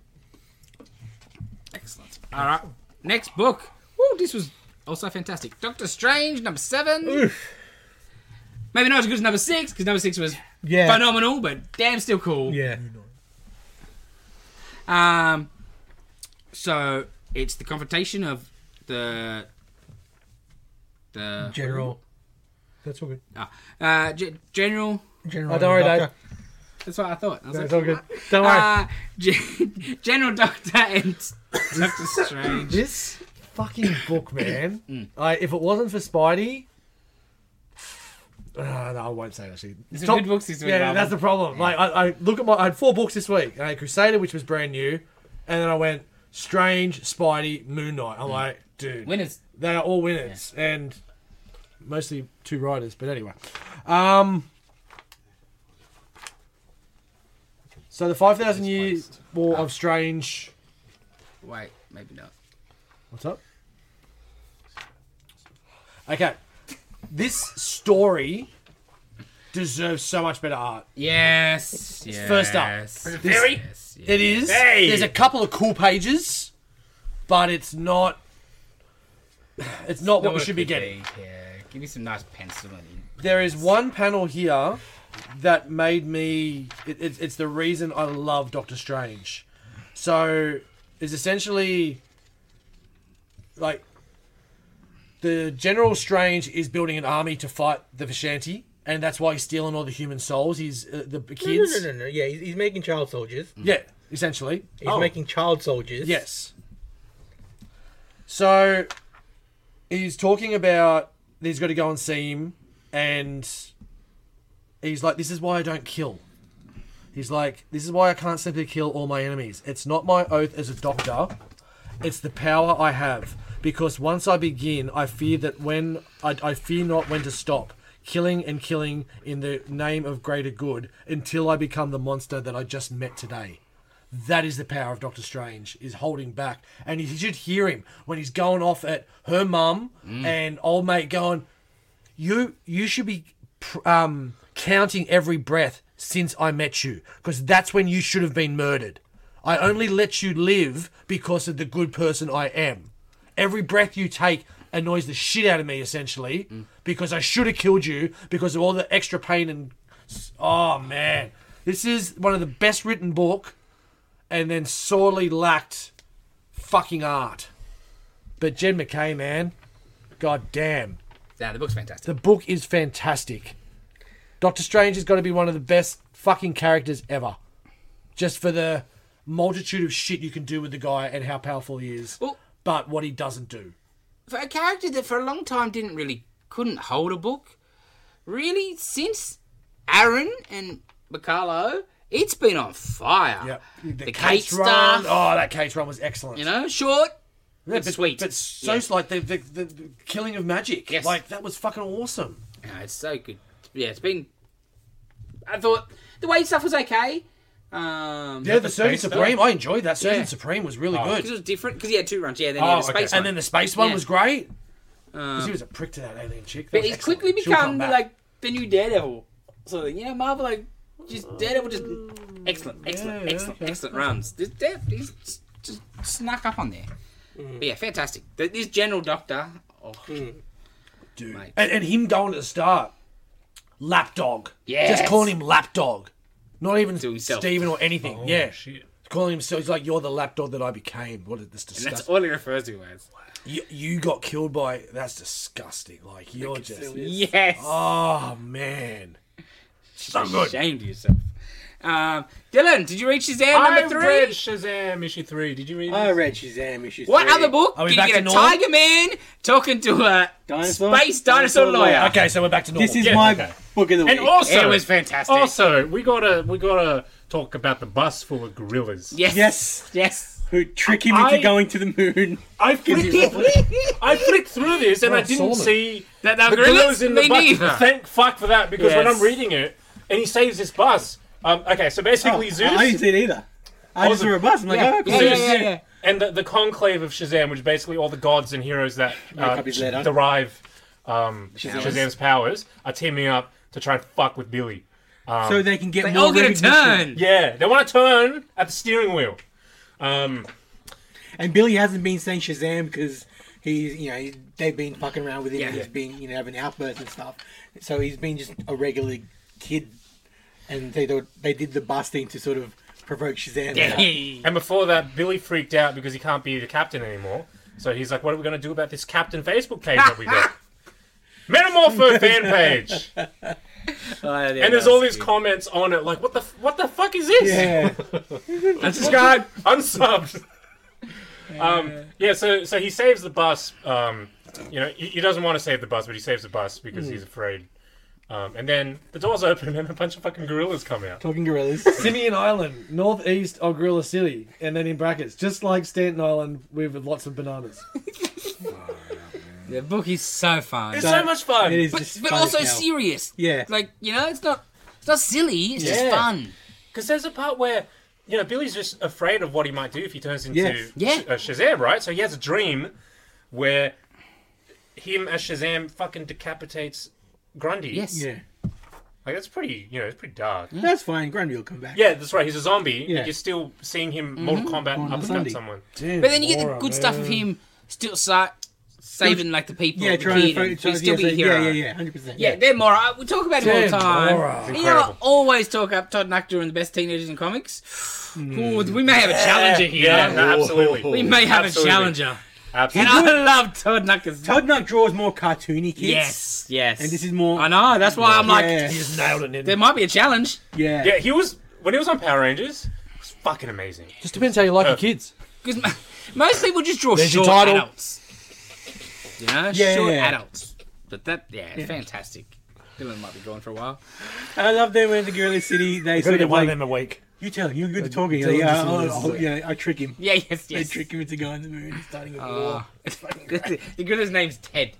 Excellent. All right. Next book. Woo, this was also fantastic. Doctor Strange, number seven. Maybe not as good as number six, because number six was
yeah,
phenomenal, but damn still cool.
yeah.
Um, so it's the confrontation of the the
General. That's all good.
ah, uh, G- general.
General.
Oh, don't worry,
Doctor.
Dave.
That's what I thought. I was
That's
like,
all good. Don't worry.
uh, G- General Doctor and Doctor Strange.
This fucking book, man.
Mm.
I, if it wasn't for Spidey. Ah, no, I won't say it, actually.
There's some
Top-
good books this week.
Yeah,
Marvel.
that's the problem. Like, I, I look at my. I had four books this week. I had Crusader, which was brand new, and then I went Strange, Spidey, Moon Knight.
Mm.
I'm like, dude,
winners.
they are all winners, and mostly two writers. But anyway, um, so the five thousand year
Displaced.
war of Strange.
Wait, maybe not.
What's up? Okay, this story deserves so much better art.
Yes. yes
First up.
Yes,
Very?
yes, yes.
It is.
Hey!
There's a couple of cool pages, but it's not. It's not what we should be getting.
Yeah, give me some nice penciling.
There is one panel here that made me. It, it's it's the reason I love Doctor Strange. So, it's essentially like the General Strange is building an army to fight the Vishanti, and that's why he's stealing all the human souls. He's uh, the
No,
kids.
no, no, no, no. Yeah, he's, he's making child soldiers.
Yeah, essentially.
He's
Oh.
making child soldiers.
Yes. So he's talking about he's got to go and see him, and he's like, "This is why I don't kill." He's like, "This is why I can't simply kill all my enemies. It's not my oath as a doctor; it's the power I have. Because once I begin, I fear that when I, I fear not when to stop." Killing and killing in the name of greater good until I become the monster that I just met today. That is the power of Doctor Strange is holding back, and you should hear him when he's going off at her mum and old mate going, "You you should be pr- um, counting every breath since I met you, because that's when you should have been murdered. I only let you live because of the good person I am. Every breath you take." Annoys the shit out of me essentially because I should have killed you because of all the extra pain and Oh man, this is one of the best written book, and then sorely lacked fucking art. But Jed McKay, man, god damn,
Yeah, the book's fantastic.
the book is fantastic. Doctor Strange has got to be one of the best fucking characters ever, just for the multitude of shit you can do with the guy and how powerful he is,
Well-
but what he doesn't do.
for a character that for a long time didn't really couldn't hold a book, really since Aaron and Bacalo, it's been on fire.
Yep.
uh, The, Kate
Kate's
stuff,
run. Oh, that Kate's run was excellent.
you know, short.
Yeah,
but sweet.
But so
Yeah.
like the, the, the the killing of magic.
Yes.
Like that was fucking awesome.
No, it's so good. Yeah, it's been. I thought the way stuff was okay. Um,
Yeah, the Surgeon
space stuff?
Supreme. I enjoyed that. Surgeon
Yeah. Oh,
Supreme was really
because it
good.
was different. Because he had two runs. Yeah, then he had a
Oh, okay.
space.
And
one.
then the space one
Yeah.
was great. 'Cause
Um,
he was a prick to that alien chick. That
but
was
he's
excellent.
quickly
She'll come
become
back.
like the new Daredevil. So you know, Marvel like just Daredevil just excellent, excellent,
Oh. yeah,
excellent,
okay.
excellent runs. This Dare- he's s- just snuck up on there.
Mm.
But yeah, fantastic. Th- This General Doctor. Oh,
Dude.
mate.
And, and him going at the start, lapdog.
Yes.
Just calling him lapdog. Not even
To himself.
Steven or anything.
Oh,
yeah.
Shit.
Calling himself. He's like, you're the lapdog that I became. What is this
And that's
disgusting?
all he refers to as.
You, you got killed by. That's disgusting. Like you're just.
Yes.
Oh man. So good.
Ashamed of yourself. Um, Dylan, did you read Shazam
I
number three?
read Shazam issue three. Did you read?
I
this?
read Shazam issues.
what other book
Are we
did
back
you
to
get a
normal?
Tiger Man talking to a
Dinosaur?
space dinosaur,
Dinosaur
lawyer?
lawyer.
Okay, so we're back to normal.
This is
Yeah,
my
okay.
book of the week.
And also,
It was fantastic.
Also, we gotta we gotta talk about the bus full of gorillas.
Yes.
Yes.
Yes.
who trick him into
I-
going to the moon?
I flicked, I flicked through this and I didn't
Solomon.
see
That they
the
were
gorillas
gorillas?
in
Me
the bucket.
neither.
Thank fuck for that because when
Yes.
I'm reading it and he saves this bus. Um, okay, so basically Zeus.
Oh, I didn't see it either. I just
Awesome.
saw a bus. I'm like, oh,
Yeah,
cool.
Zeus
yeah, yeah, yeah.
And the, the conclave of Shazam, which is basically all the gods and heroes that uh,
copies later.
derive um,
Shazam's.
Shazam's powers are teaming up to try and fuck with Billy.
So they can get
They
more
all get a
recognition.
turn.
Yeah, they want to turn at the steering wheel. Um,
And Billy hasn't been saying Shazam because he's, you know, he's- they've been fucking around with him.
Yeah.
and He's been, you know, having outbursts and stuff. So he's been just a regular kid, and they thought they did the bus thing to sort of provoke Shazam.
And before that, Billy freaked out because he can't be the captain anymore. So he's like, "What are we going to do about this captain Facebook page that we got?" Metamorpho fan page, and there's all these comments on it, like, "What the f- what the fuck is this?"
Yeah.
Unsubscribe, unsubbed. um, yeah, so so he saves the bus. Um, you know, he, he doesn't want to save the bus, but he saves the bus because
Hmm.
he's afraid. Um, and then the doors open, and a bunch of fucking gorillas come out.
Talking gorillas.
Simeon Island, northeast of Gorilla City, and then in brackets, just like Staten Island with lots of bananas.
The book is so fun.
It's so much fun.
It is
But,
just
but
fun as
also
hell.
serious.
Yeah.
Like, you know, it's not it's not silly, it's just
Yeah.
fun.
Because there's a part where you know Billy's just afraid of what he might do if he turns into
Yes.
Yeah.
Sh- uh, Shazam, right? So he has a dream where him as Shazam fucking decapitates Grundy.
Yes.
Yeah.
like that's pretty. You know, it's pretty dark. Yeah,
That's fine. Grundy will come back.
that's right. He's a zombie.
Yeah.
and You're still seeing him Mortal Kombat
On a
uppercut
Sunday.
someone.
But then Mm-hmm. you get the good stuff of him still sa- saving like the people.
Yeah,
the
trying to
kid, and
fo- trying
he's
to
still be a hero.
yeah, yeah, yeah, hundred percent.
Yeah, they're Mora. We talk about it all the
Damn,
time.
Mora.
You know, I
Incredible.
always talk up Todd Nuchter and the best teenagers in comics. Ooh, we may have a challenger here.
Yeah, no, absolutely.
We may have
Absolutely.
a challenger. And
Absolutely.
I love Todd Nucker's.
Todd Nuck draws more cartoony kids.
yes, yes.
And this is more.
I know. That's why I'm like,
Yeah.
He just nailed it. didn't he?
there might be a challenge.
Yeah.
Yeah, he was when he was on Power Rangers. It was fucking amazing.
Just depends how you like your
Uh,
kids.
Because most people just draw
There's your
short
title.
adults. You know,
Yeah,
short
yeah.
adults. But that, yeah, fantastic. Dylan might be gone for a while.
I love them when the Gorilla City they sort of like,
them a week.
you tell him you're good at talking. You're
Dylan
Like, yeah,
just
I'll,
loses
I'll,
it.
yeah, I trick him.
Yeah, yes, yes.
They trick him into going to the moon, and starting a
Uh,
war.
the gorilla's name's Ted.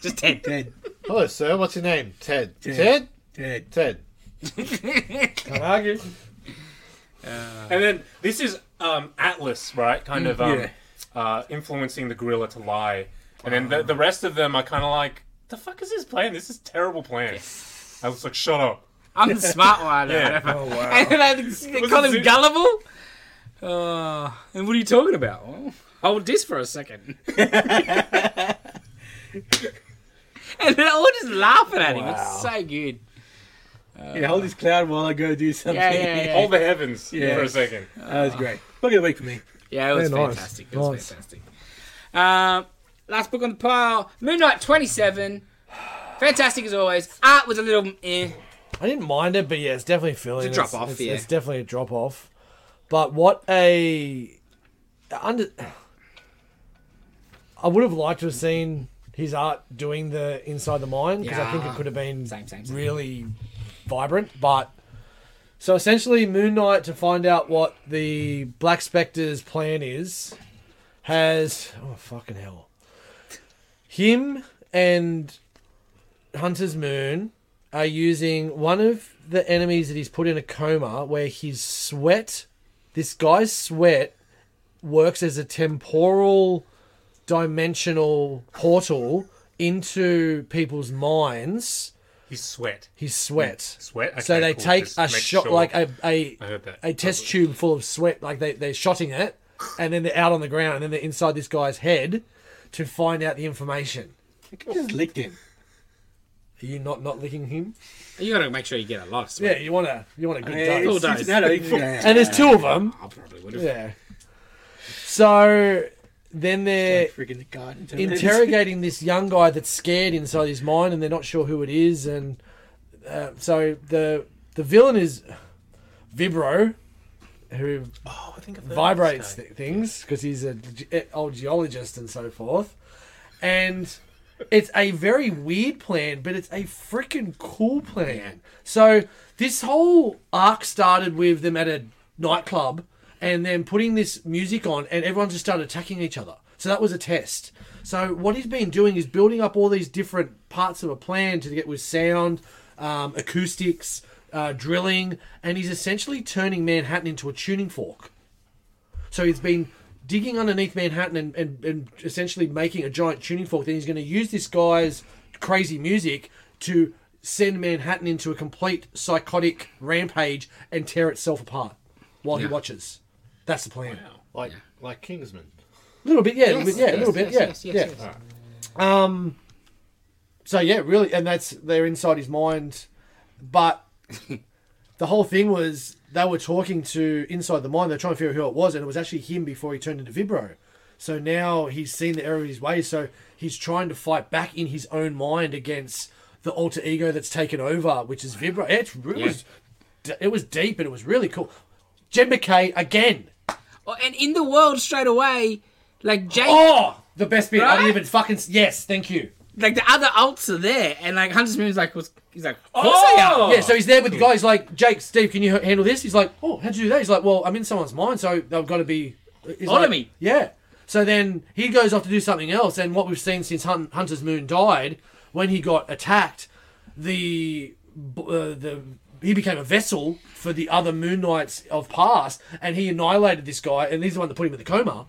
just Ted.
Dead,
Hello, sir. What's your name? Ted.
Ted.
Ted?
dead.
Ted.
Can't argue.
Uh,
And then this is um, Atlas, right? Kind of um,
yeah.
uh, influencing the gorilla to lie. And then the, the rest of them are kind of like, the fuck is this plan? This is terrible plan. I was like, shut up.
I'm the smart one.
Yeah.
Oh, wow. And then I- they call
it
him
Zeus?
gullible. Uh, and what are you talking about? Well, hold this for a second. and they're all just laughing at him. It's so good.
yeah, hold this cloud while I go do something.
Yeah, yeah, yeah.
Hold the heavens
Yeah.
for a second.
That was great. Book of the week for me.
Yeah, it was
Yeah, nice.
fantastic. It was
Nice.
fantastic. Um, last book on the pile, Moon Knight 27. Fantastic as always. Art was a little eh.
I didn't mind it, but yeah, it's definitely filling.
It's a drop-off,
It's,
yeah.
it's definitely a drop off. But what a under. I would have liked to have seen his art doing the inside the mine because I think
Yeah.
it could have been
Same, same, same.
really vibrant. But so essentially, Moon Knight to find out what the Black Spectre's plan is has oh fucking hell him and Hunter's Moon are using one of the enemies that he's put in a coma where his sweat, this guy's sweat, works as a temporal dimensional portal into people's minds.
He's sweat.
His sweat.
Sweat?
so
Okay,
they
cool.
take
Just
a
make
shot,
sure. Uh,
like a, a,
I heard that.
a test tube full of sweat, like they, they're shotting it, and then they're out on the ground, and then they're inside this guy's head to find out the information.
Just licked him.
Are you not not licking him?
You gotta make sure you get a lot of
Yeah,
sweat.
you want to you want a good
Yeah,
dose.
cool.
it's- it's- no, no, it's- yeah.
And there's two of them.
I probably would have.
Yeah. So then they're
Freaking garden.
interrogating this young guy that's scared inside his mind, and they're not sure who it is. And uh, so the the villain is Vibro, who
Oh, I think I've heard
vibrates
this
th- things because he's a ge- eh, old geologist and so forth. And it's a very weird plan, but it's a freaking cool plan. So this whole arc started with them at a nightclub and then putting this music on, and everyone just started attacking each other. So that was a test. So what he's been doing is building up all these different parts of a plan to get with sound, um, acoustics, uh, drilling, and he's essentially turning Manhattan into a tuning fork. So he's been digging underneath Manhattan and, and, and essentially making a giant tuning fork. Then he's going to use this guy's crazy music to send Manhattan into a complete psychotic rampage and tear itself apart while
Yeah.
he watches. That's the plan.
Like, like Kingsman.
A little bit, yeah, a little
Yes,
bit, yeah, a
yes,
little bit,
yes,
yeah,
yes,
yeah.
yes, yes.
Um, so yeah, really, and that's they're inside his mind, but the whole thing was they were talking to inside the mind. They're trying to figure out who it was, and it was actually him before he turned into Vibro. So now he's seen the error of his ways. So he's trying to fight back in his own mind against the alter ego that's taken over, which is Vibro. It's, it was it was deep and it was really cool. Jed McKay again.
Oh, and in the world straight away, like Jake,
Oh, the best bit. I
Right?
didn't even fucking s- yes. Thank you.
like the other alts are there, and like Hunter's Moon's like, was, he's like, of course
Oh!
they are.
Yeah, so he's there with the guy. He's like, Jake, Steve, can you h- handle this? He's like, oh, how'd you do that? He's like, well, I'm in someone's mind, so they've got to be. uh, he's
Follow
like-
me.
Yeah. So then he goes off to do something else, and what we've seen since Hun- Hunter's Moon died, when he got attacked, the b- uh, the he became a vessel for the other Moon Knights of past, and he annihilated this guy, and he's the one that put him in the coma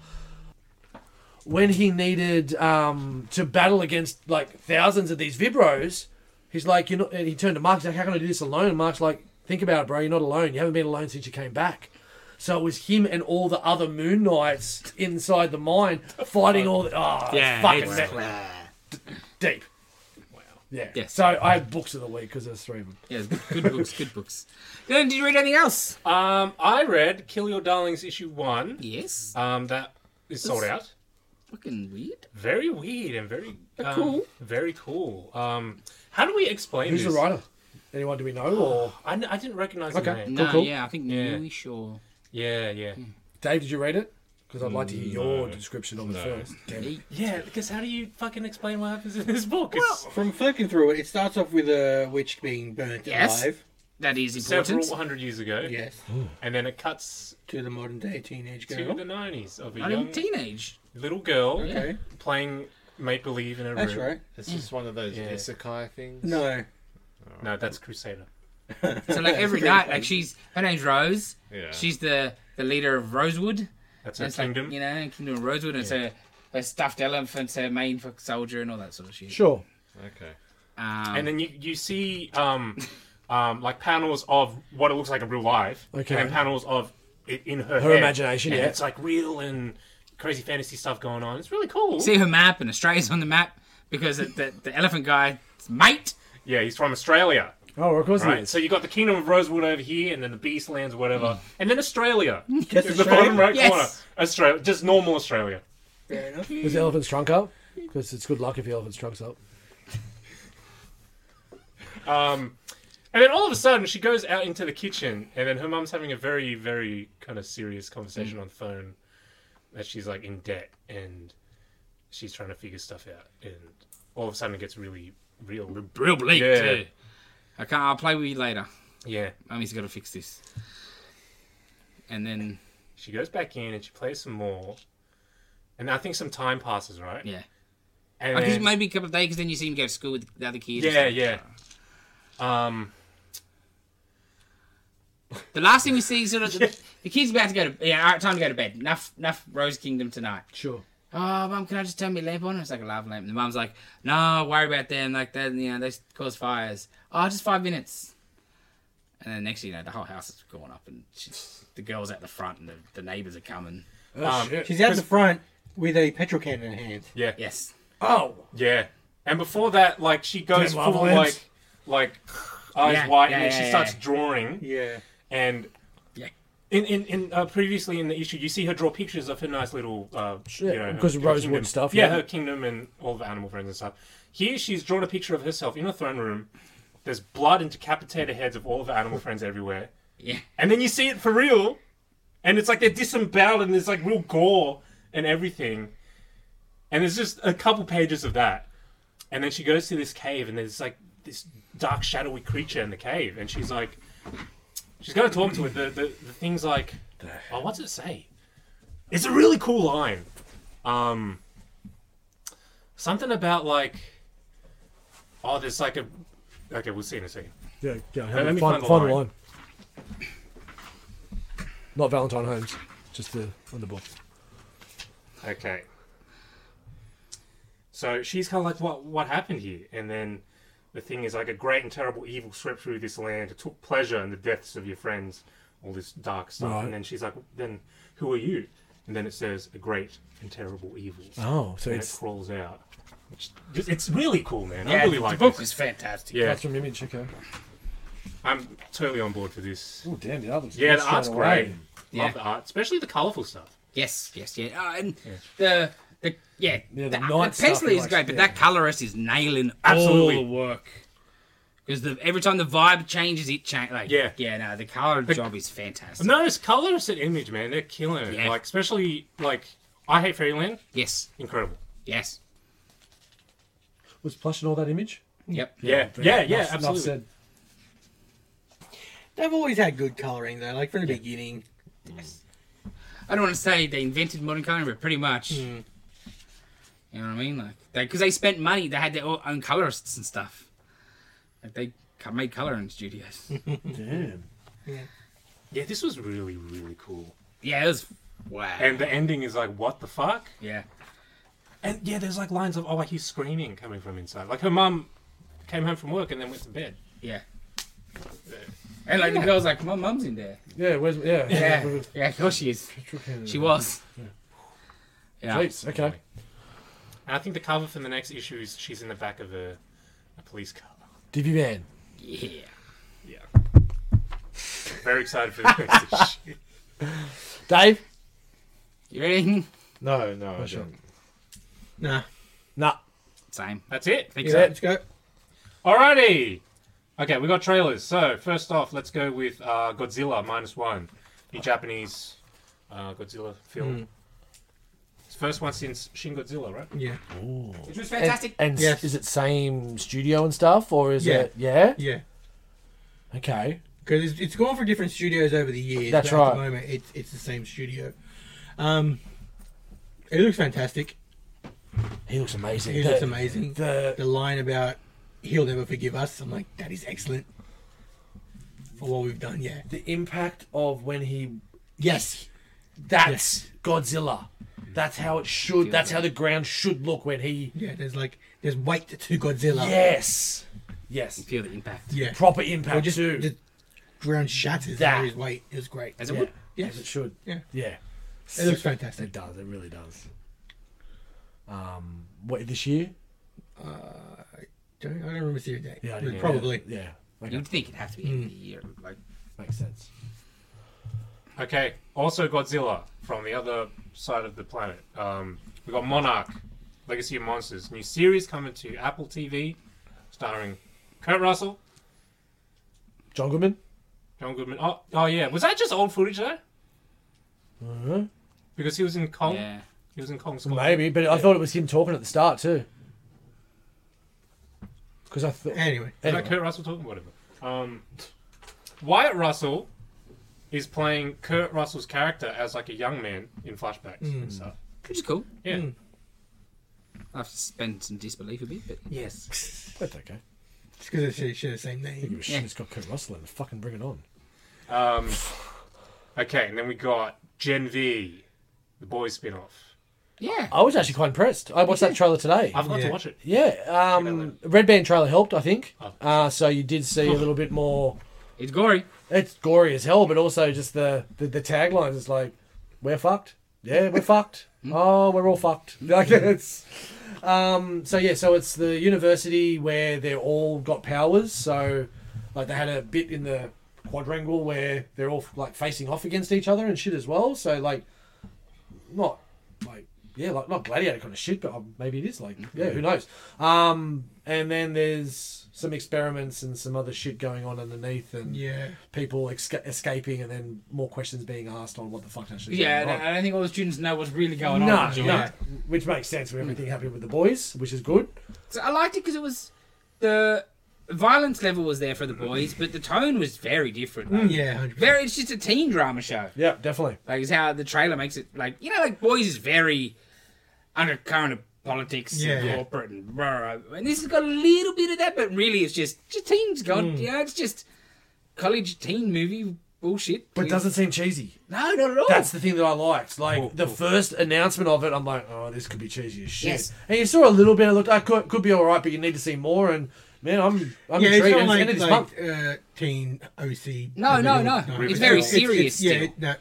when he needed um, to battle against like thousands of these vibros, he's like, you know, and he turned to Mark. He's like, how can I do this alone? And Mark's like, think about it, bro. You're not alone. You haven't been alone since you came back. So it was him and all the other Moon Knights inside the mine fighting all the. Oh,
Yeah,
yeah, fucking
it's-
that- deep. Yeah.
Yes.
So I had books of the week because there's three of them.
Yeah, good books, good books. Then did you read anything else?
guy. Um, I read Kill Your Darlings issue one.
Yes.
Um, that is sold out.
Fucking weird.
Very weird and very
Uh,
um,
cool.
Very cool. Um, how do we explain
Who's the
this?
writer? Anyone do we know? Or
I, I didn't recognize
Okay.
the name.
No,
cool.
yeah, I think
Yeah.
really sure.
Yeah, yeah,
Dave, did you read it? Because I'd like to hear your
No.
description on the
No.
first. Damn it.
yeah. Because how do you fucking explain what happens in this book? It's
From flicking through it, it starts off with a witch being burnt
Yes.
alive.
That is important.
several hundred years ago,
Yes.
and then it cuts
To the modern day teenage
to
girl.
the nineties of a
Not
young
even teenage.
little girl
Okay.
playing make believe in a
That's
room.
Mm.
right.
It's just one of those
Yeah.
isekai things.
No.
No, that's Crusader.
So like every night, like she's her name's Rose.
Yeah.
She's the the leader of Rosewood.
That's
And
a
it's like,
kingdom.
you know, Kingdom of Rosewood, and it's her, her stuffed elephants, her main fuck soldier, and all that sort of shit.
Sure.
Okay.
Um,
and then you you see um, um, like panels of what it looks like in real life,
Okay.
and panels of it in her
Her
head.
imagination,
And
yeah.
it's like real and crazy fantasy stuff going on. It's really cool.
see her map, and Australia's on the map because the, the, the elephant guy's mate.
yeah, he's from Australia.
Oh, of course it
Right,
is.
so you got the Kingdom of Rosewood over here, and then the Beastlands, whatever, and then Australia.
Just
It's
a
the bottom right
Yes.
corner. Australia, just normal Australia.
Fair enough.
Is the elephant's trunk up? Because it's good luck if the elephant's trunk's up.
Um, and then all of a sudden, she goes out into the kitchen, and then her mum's having a very, very kind of serious conversation
Mm.
on the phone that she's like in debt and she's trying to figure stuff out. And all of a sudden, it gets really real.
Real bleak,
Yeah.
too. I can't, I'll play with you later.
Yeah.
Mummy's got to fix this. And then,
She goes back in and she plays some more. And I think some time passes, right?
yeah.
And
I guess
then,
maybe a couple of days, because then you see him go to school with the other kids. and
yeah,
stuff.
yeah.
uh,
Um,
The last thing we see is sort of the, the kid's about to go to yeah, all right, time to go to bed. Enough, enough Rose Kingdom tonight.
Sure.
Oh, mum, can I just turn my lamp on? It's like a lava lamp. And the mum's like, no, worry about them. Like that, you know, they cause fires. Oh, just five minutes. And then next, thing you know, the whole house is going up, and she's, the girl's at the front, and the, the neighbors are coming.
Oh,
Um,
shit.
She's out the front with a petrol can in her hand.
yeah.
Yes.
Oh.
Yeah. And before that, like she goes
Damn lava
full
lamps.
like like eyes
Yeah,
wide
yeah,
and then
yeah,
she
yeah,
starts
yeah.
drawing
Yeah.
and
Yeah.
in in, in uh, previously in the issue you see her draw pictures of her nice little uh
Sure,
you know,
because
her
rosewood
kingdom.
stuff,
Yeah,
yeah.
her kingdom and all the animal friends and stuff. Here she's drawn a picture of herself in a throne room. There's blood and decapitated heads of all of her animal friends everywhere.
Yeah.
And then you see it for real, and it's like they're disemboweled and there's like real gore and everything. And there's just a couple pages of that. And then she goes to this cave and there's like this dark shadowy creature in the cave. And she's like, she's going to talk to it. The, the, the thing's like, oh, what's it say? It's a really cool line. Um, something about like, oh, there's like a, okay, we'll see in a second.
Yeah, yeah.
Let
have
me find
a find,
the
find the
line.
line. Not Valentine Holmes, just the on the book.
Okay. So she's kind of like, what what happened here? And then the thing is, like, a great and terrible evil swept through this land. It took pleasure in the deaths of your friends, all this dark stuff.
Right.
And then she's like, then who are you? And then it says, a great and terrible evil.
Oh, so
and it
it's
crawls out. Which, just- it's really cool, man. I
Yeah,
really
the
like
book
this.
is fantastic.
Yeah,
that's from image. Okay.
I'm totally on board for this.
Oh damn, the others.
Yeah, the art's great. Love
Yeah.
the art, especially the colourful stuff.
Yes, yes, yeah. Oh, and the the yeah,
Yeah, the
the, the,
night stuff
penciling
he
is
likes,
great, but
yeah.
that colorist is nailing
Absolutely.
all the work. Because the, every time the vibe changes, it changes. Like,
Yeah.
yeah. No, the color job is fantastic.
No, it's colourist and image, man. They're killing it.
Yeah.
Like, especially like, I hate Fairyland.
Yes,
Incredible.
yes,
Was plush and all that image?
yep.
Yeah, yeah,
Very
yeah,
enough- enough
absolutely.
said.
They've always had good coloring though, like from the beginning.
I don't want to say they invented modern coloring, but pretty much. You know what I mean? Like, because they, spent money, they had their own colorists and stuff. Like they co- made coloring studios.
Damn.
Yeah, this was really, really cool.
yeah, it was wow.
And the ending is like, what the fuck?
yeah,
And yeah, there's like lines of, oh, like he's screaming coming from inside. Like her mum came home from work and then went to bed.
yeah. And like the girl's like, my mum's in there.
Yeah, where's yeah?
Yeah, yeah, of course she is. She was. Yeah.
Jeez, okay.
And I think the cover for the next issue is she's in the back of a, a police car.
DB man.
Yeah.
Very excited for the next issue.
Dave.
You ready?
No, no, I
sure.
don't.
Nah.
Nah.
Same.
That's it.
Think
Yeah,
so.
let's go.
Alrighty. Okay, we got trailers. So first off, let's go with uh, Godzilla minus one, the Japanese uh, Godzilla film. It's first one since Shin Godzilla, right?
Yeah.
Which was
And,
fantastic.
and s-
Yes.
is it same studio and stuff, or is
Yeah.
it yeah?
Yeah.
Okay.
Because it's, it's gone for different studios over the years.
That's
but At
right.
the moment, it's, it's the same studio. Um, it looks fantastic.
He looks amazing.
He
The-
looks amazing.
The
The line about he'll never forgive us, I'm like, that is excellent. for what we've done. Yeah.
The impact of when he
Yes.
that's Godzilla. That's how it should.
Feel
That's
that.
how the ground should look when he.
Yeah. There's like there's weight to Godzilla.
Yes, yes.
Feel the impact.
Yeah.
Proper
Or
impact
just
too.
the ground shatters.
That.
under His weight is great.
As it
yeah.
would.
Yes.
As it should.
Yeah.
Yeah,
It looks fantastic.
it does. It really does. Um, what this year?
Don't, I don't remember the date.
I
Yeah,
didn't-
probably.
Yeah, Okay.
You'd think it'd have to be end of the year. Like,
makes sense.
Okay. Also, Godzilla from the other side of the planet. Um, we got Monarch, Legacy of Monsters, new series coming to Apple TV, starring Kurt Russell,
John Goodman.
John Goodman. Oh, oh yeah. Was that just old footage though?
Uh-huh.
Because he was in Kong.
yeah.
He was in Kong. Scotland.
Maybe, but I thought it was him talking at the start too. Because I thought.
Anyway,
Is
Anyway.
that Kurt Russell talking? Whatever. Um, Wyatt Russell is playing Kurt Russell's character as like a young man in flashbacks and stuff.
Which is cool.
Yeah.
I have to spend some disbelief a bit, but
yes,
That's okay.
it's because they share- share the same name.
Give a shit. It's got Kurt Russell in. it. Fucking bring it on.
Um, okay, and then we got Gen V, the boys spin off.
yeah.
I was actually quite impressed. I watched that trailer today.
I forgot
Yeah.
to watch it.
Yeah, um, Red Band trailer helped, I think.
Oh.
Uh, so you did see a little bit more.
It's gory.
It's gory as hell, but also just the the, the taglines is like, "We're fucked." Yeah, we're fucked. Oh, we're all fucked. Like it's. Um, so yeah, so it's the university where they're all got powers. So, like they had a bit in the quadrangle where they're all like facing off against each other and shit as well. So like, not like yeah, like not gladiator kind of shit, but um, maybe it is like yeah, who knows? Um, and then there's some experiments and some other shit going on underneath, and
Yeah,
people exca- escaping, and then more questions being asked on what the fuck actually. is
Yeah, I
going
don't,
on.
I don't think all the students know what's really going
No,
on.
no,
Yeah.
which makes sense with everything happening with the boys, which is good.
So I liked it because it was the violence level was there for the boys, but the tone was very different. like,
yeah, 100%.
Very, it's just a teen drama show.
Yeah, definitely.
Like, it's how the trailer makes it. Like, you know, like boys is very undercurrent of politics and
Yeah.
corporate and rah, rah. and this has got a little bit of that, but really it's just just teens. God, you know, it's just college teen movie bullshit.
But it doesn't seem cheesy.
no, not at all.
That's the thing that I liked. Like the first announcement of it, I'm like, oh, this could be cheesy as shit. And you saw a little bit. It looked, I could, could be all right, but you need to see more. And man, I'm, I'm
yeah. It's
intrigued.
not
And it's the end of
like,
this month.
like uh, teen OC.
No, no, no. It's very serious
yeah,
still.
it- no,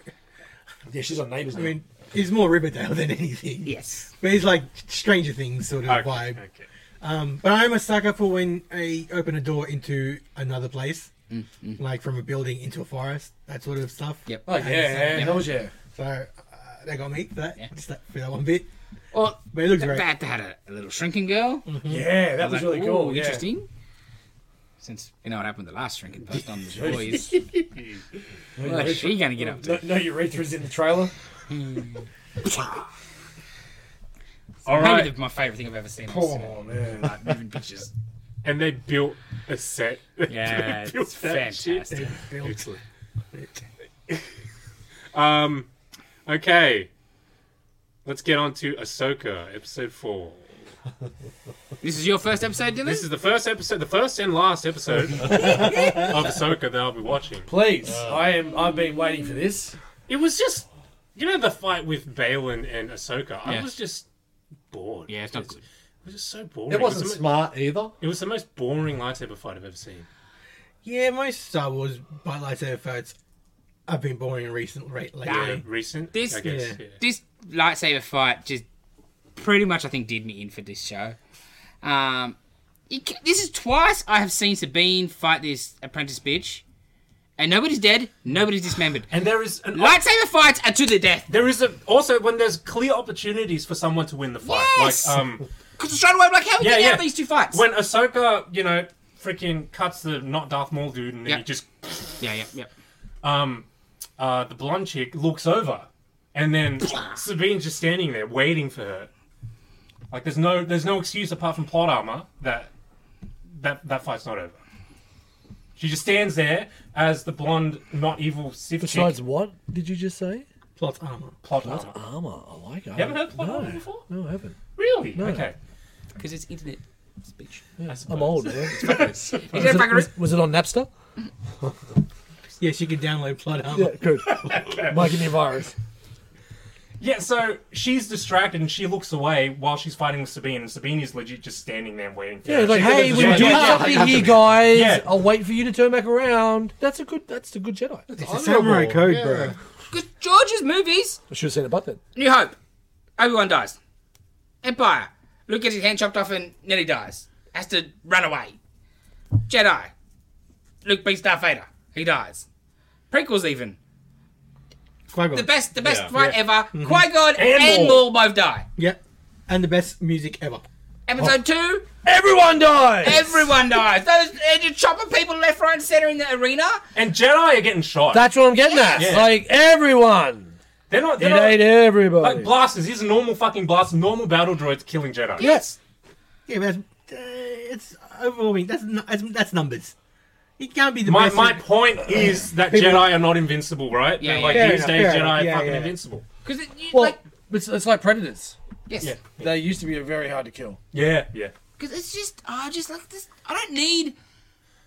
Yeah, she's on neighbours.
I mean, it's more Riverdale than anything.
yes.
but it's like Stranger Things sort of
Okay,
vibe.
okay.
Um, but I'm a sucker for when I open a door into another place, like from a building into a forest, that sort of stuff.
Mm, Yep.
oh yeah, yeah, hell yeah.
So uh, they got me for that.
Yeah.
Just that, for that one bit.
Or
But it looks
the
great.
fact they had a, a little shrinking girl.
Yeah, that was
like,
really
"Ooh,
cool. Yeah.
Interesting. Since you know what happened the last shrinking post on the boys, what's she gonna get up to?
No, no urethras in the trailer.
Hmm. All
Maybe
right,
the, my favorite thing I've ever seen.
Oh man.
Like moving pictures.
and they built a set.
Yeah,
They built
it's
that shit.
fantastic.
Excellent. um, okay, let's get on to Ahsoka episode four.
This is your first episode, Dylan.
This is the first episode, the first and last episode of Ahsoka that I'll be watching.
Please,
Uh,
I am. I've been waiting for this.
It was just, you know, the fight with Balin and Ahsoka. I
Yeah.
was just bored.
yeah, it's not good.
It was just so boring.
It wasn't
the mo-
smart either.
it was the most boring lightsaber fight I've ever seen.
Yeah, most Star Wars by lightsaber fights have been boring in recent rate lately.
You know, recent,
This-
I guess.
yeah.
yeah.
This lightsaber fight just pretty much, I think, did me in for this show. Um, you ca- this is twice I have seen Sabine fight this apprentice bitch, and nobody's dead, nobody's dismembered.
And there is an
Lightsaber fights are to the death.
there is a, also when there's clear opportunities for someone to win the fight.
Yes!
Like um
Because straight away, I'm like, how are we
Yeah,
getting
yeah.
out of these two fights?
when Ahsoka, you know, freaking cuts the not Darth Maul dude and then
Yeah.
he just
yeah, yeah, yeah.
um uh the blonde chick looks over and then Sabine's just standing there waiting for her. Like there's no there's no excuse apart from plot armor that that that fight's not over. She just stands there as the blonde, not evil Sith
Besides,
chick.
what did you just say?
Plot armor.
Plot armor.
Armor. I like it.
You haven't heard plot
no.
armor before?
No, I haven't.
Really? Okay.
Because it's internet speech.
I suppose.
I'm old. man.
Internet fuckers.
was it on Napster?
Yeah, she could download Plot Armor.
Yeah, good. Might give me a virus.
Yeah, so she's distracted and she looks away while she's fighting with Sabine, and Sabine is legit just standing there waiting for
Yeah,
her.
like,
She
hey,
goes,
we
"Yeah,
are doing
yeah,
something here, guys.
Yeah.
I'll wait for you to turn back around. That's a good. That's the good Jedi. I
It's a samurai code, bro.
Because George's movies,
should have said it, but then
New Hope, Obi Wan dies, Empire, Luke gets his hand chopped off and nearly dies, has to run away. Jedi, Luke beats Darth Vader, he dies. Prequels even.
Qui-Gon.
The best, the best
Yeah.
fight ever. Qui Gon
And
and,
Maul.
Maul both die.
Yeah, and the best music ever.
Episode two,
everyone dies.
everyone dies. Those and you chopping people left, right, and center in the arena.
And Jedi are getting shot.
that's what I'm getting at.
Yeah.
Like everyone.
they're not.
It
They're not
ain't everybody.
like blasters. These are normal fucking blasters. Normal battle droids killing Jedi.
yes.
Yeah, but that's, uh, it's overwhelming. That's, nu- that's that's numbers. It can't be the
My,
best.
my point is that
People-
Jedi are not invincible, right?
Yeah,
That,
yeah.
like
Fair
these
enough,
days,
fair
Jedi
enough.
are
Yeah,
fucking
yeah.
invincible.
Because you
Well,
like
it's, it's like predators.
yes.
Yeah,
They used to be very hard to kill.
yeah, yeah.
Because it's just, I just like this. I don't need.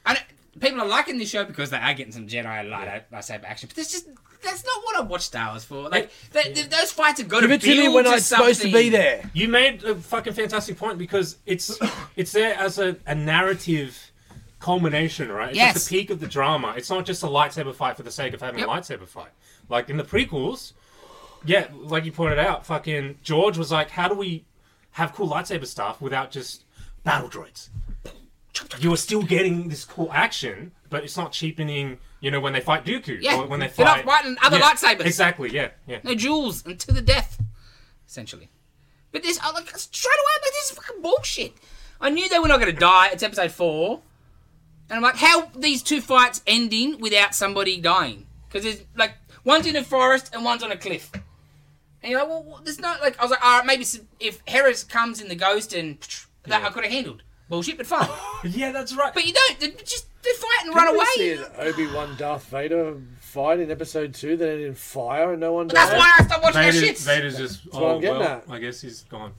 I don't, people are liking this show because they are getting some Jedi light I lightsaber action, but that's just that's not what I watch Star Wars for. Like that, th those fights have got to
Give it to me when I'm supposed to be there.
You made a fucking fantastic point because it's it's there as a, a narrative culmination, right? It's
Yes.
just the peak of the drama. It's not just a lightsaber fight for the sake of having
Yep.
a lightsaber fight. Like in the prequels, yeah, like you pointed out, fucking George was like, How do we have cool lightsaber stuff without just battle droids? You are still getting this cool action, but it's not cheapening, you know, when they fight Dooku.
Yeah.
Or when they
They're not
fight
fighting other
Yeah,
lightsabers.
Exactly, yeah, yeah.
No duels and to the death, essentially. But this, I like straight away, but this is fucking bullshit. I knew they were not going to die. It's episode four, and I'm like, how these two fights ending without somebody dying? Because it's like one's in a forest and one's on a cliff. And you're like, well, what- there's no like. I was like, all right, maybe s- if Hera's comes in the ghost and that I could have handled bullshit, but fine.
Yeah, that's right.
but you don't. They just they fight and run away.
Obi Wan Darth Vader fight in Episode Two that ended in fire and no one died.
That's why I stopped watching that
Vader's,
shit.
Vader's just
what
oh
I'm getting
well,
at.
I guess he's gone.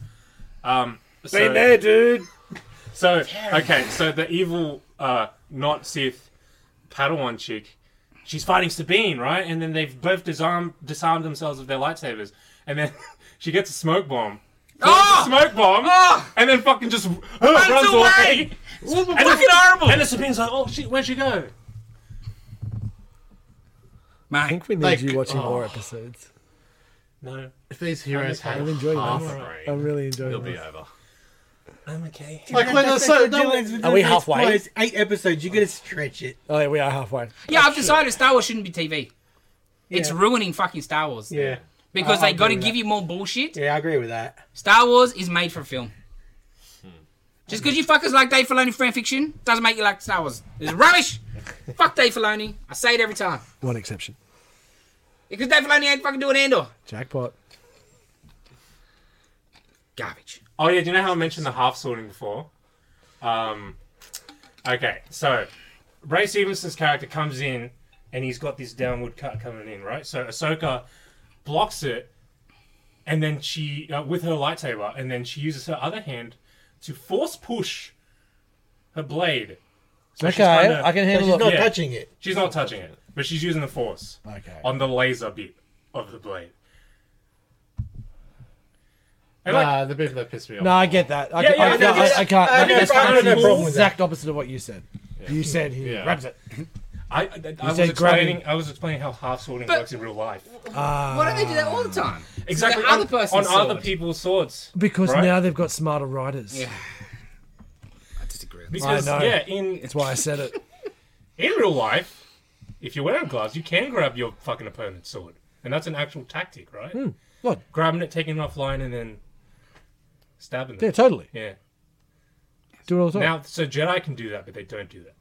Um, so,
Been there, dude.
so okay, so the evil, uh, not Sith, Padawan chick, she's fighting Sabine, right? And then they've both disarmed disarmed themselves of their lightsabers, and then she gets a smoke bomb.
Oh!
Throws the smoke bomb,
Oh!
and then fucking just runs,
away!
and
fucking
then-
horrible.
And then Sabine's like, "Oh shit, where'd she go?"
I think we need
Like,
you watching more episodes.
No,
If these heroes
okay.
have
I'm enjoying
half
this.
a brain,
I'm really enjoying
It'll
it.
be over.
I'm okay.
like when they're so no,
Are we halfway?
It's eight episodes. You gotta stretch it.
Oh, yeah, we are halfway.
Yeah,
Oh,
I've decided Star Wars shouldn't be TV. It's ruining fucking Star Wars.
Yeah, Oh,
Because
I- I
they got to
agree with
give you more bullshit.
yeah, I agree with that.
Star Wars is made for film.
Hmm.
Just because you fuckers like Dave Filoni fan fiction doesn't make you like Star Wars. It's rubbish. Fuck Dave Filoni. I say it every time.
One exception.
Because Dave Filoni ain't fucking doing Andor.
Jackpot.
Garbage.
Oh yeah, do you know how I mentioned the half sorting before? Um, okay, so Ray Stevenson's character comes in and he's got this downward cut coming in, right? So Ahsoka blocks it, and then she uh, with her lightsaber, and then she uses her other hand to force push her blade. So
Okay,
she's kinda-
I can
So
handle
she's
it.
not
Yeah.
touching it.
She's not touching it, but she's using the force
Okay.
on the laser bit of the blade. And like,
Nah, the people that piss me off.
No, I get that. I,
Yeah,
can,
yeah,
I,
no,
can't- I,
it's-
I can't.
I
That-
don't
that's
have- I don't have a problem
the
with
exact opposite of what you said. You said he
Yeah.
grabs it.
I, I, I was
said
explaining. I was explaining how half sorting
But-
works in real life.
Why don't they do that all the time?
Exactly
the other
on,
person's
on other
sword.
people's swords.
Because
Right.
now they've got smarter writers.
Yeah. I disagree. with
Because
know.
yeah, in
That's why I said it.
in real life, if you're wearing gloves, you can grab your fucking opponent's sword, and that's an actual tactic, right?
What?
Grabbing it, taking it offline, and then stabbing
Yeah,
them.
totally.
Yeah.
Do it all the time.
Now, so Jedi can do that, but they don't do that.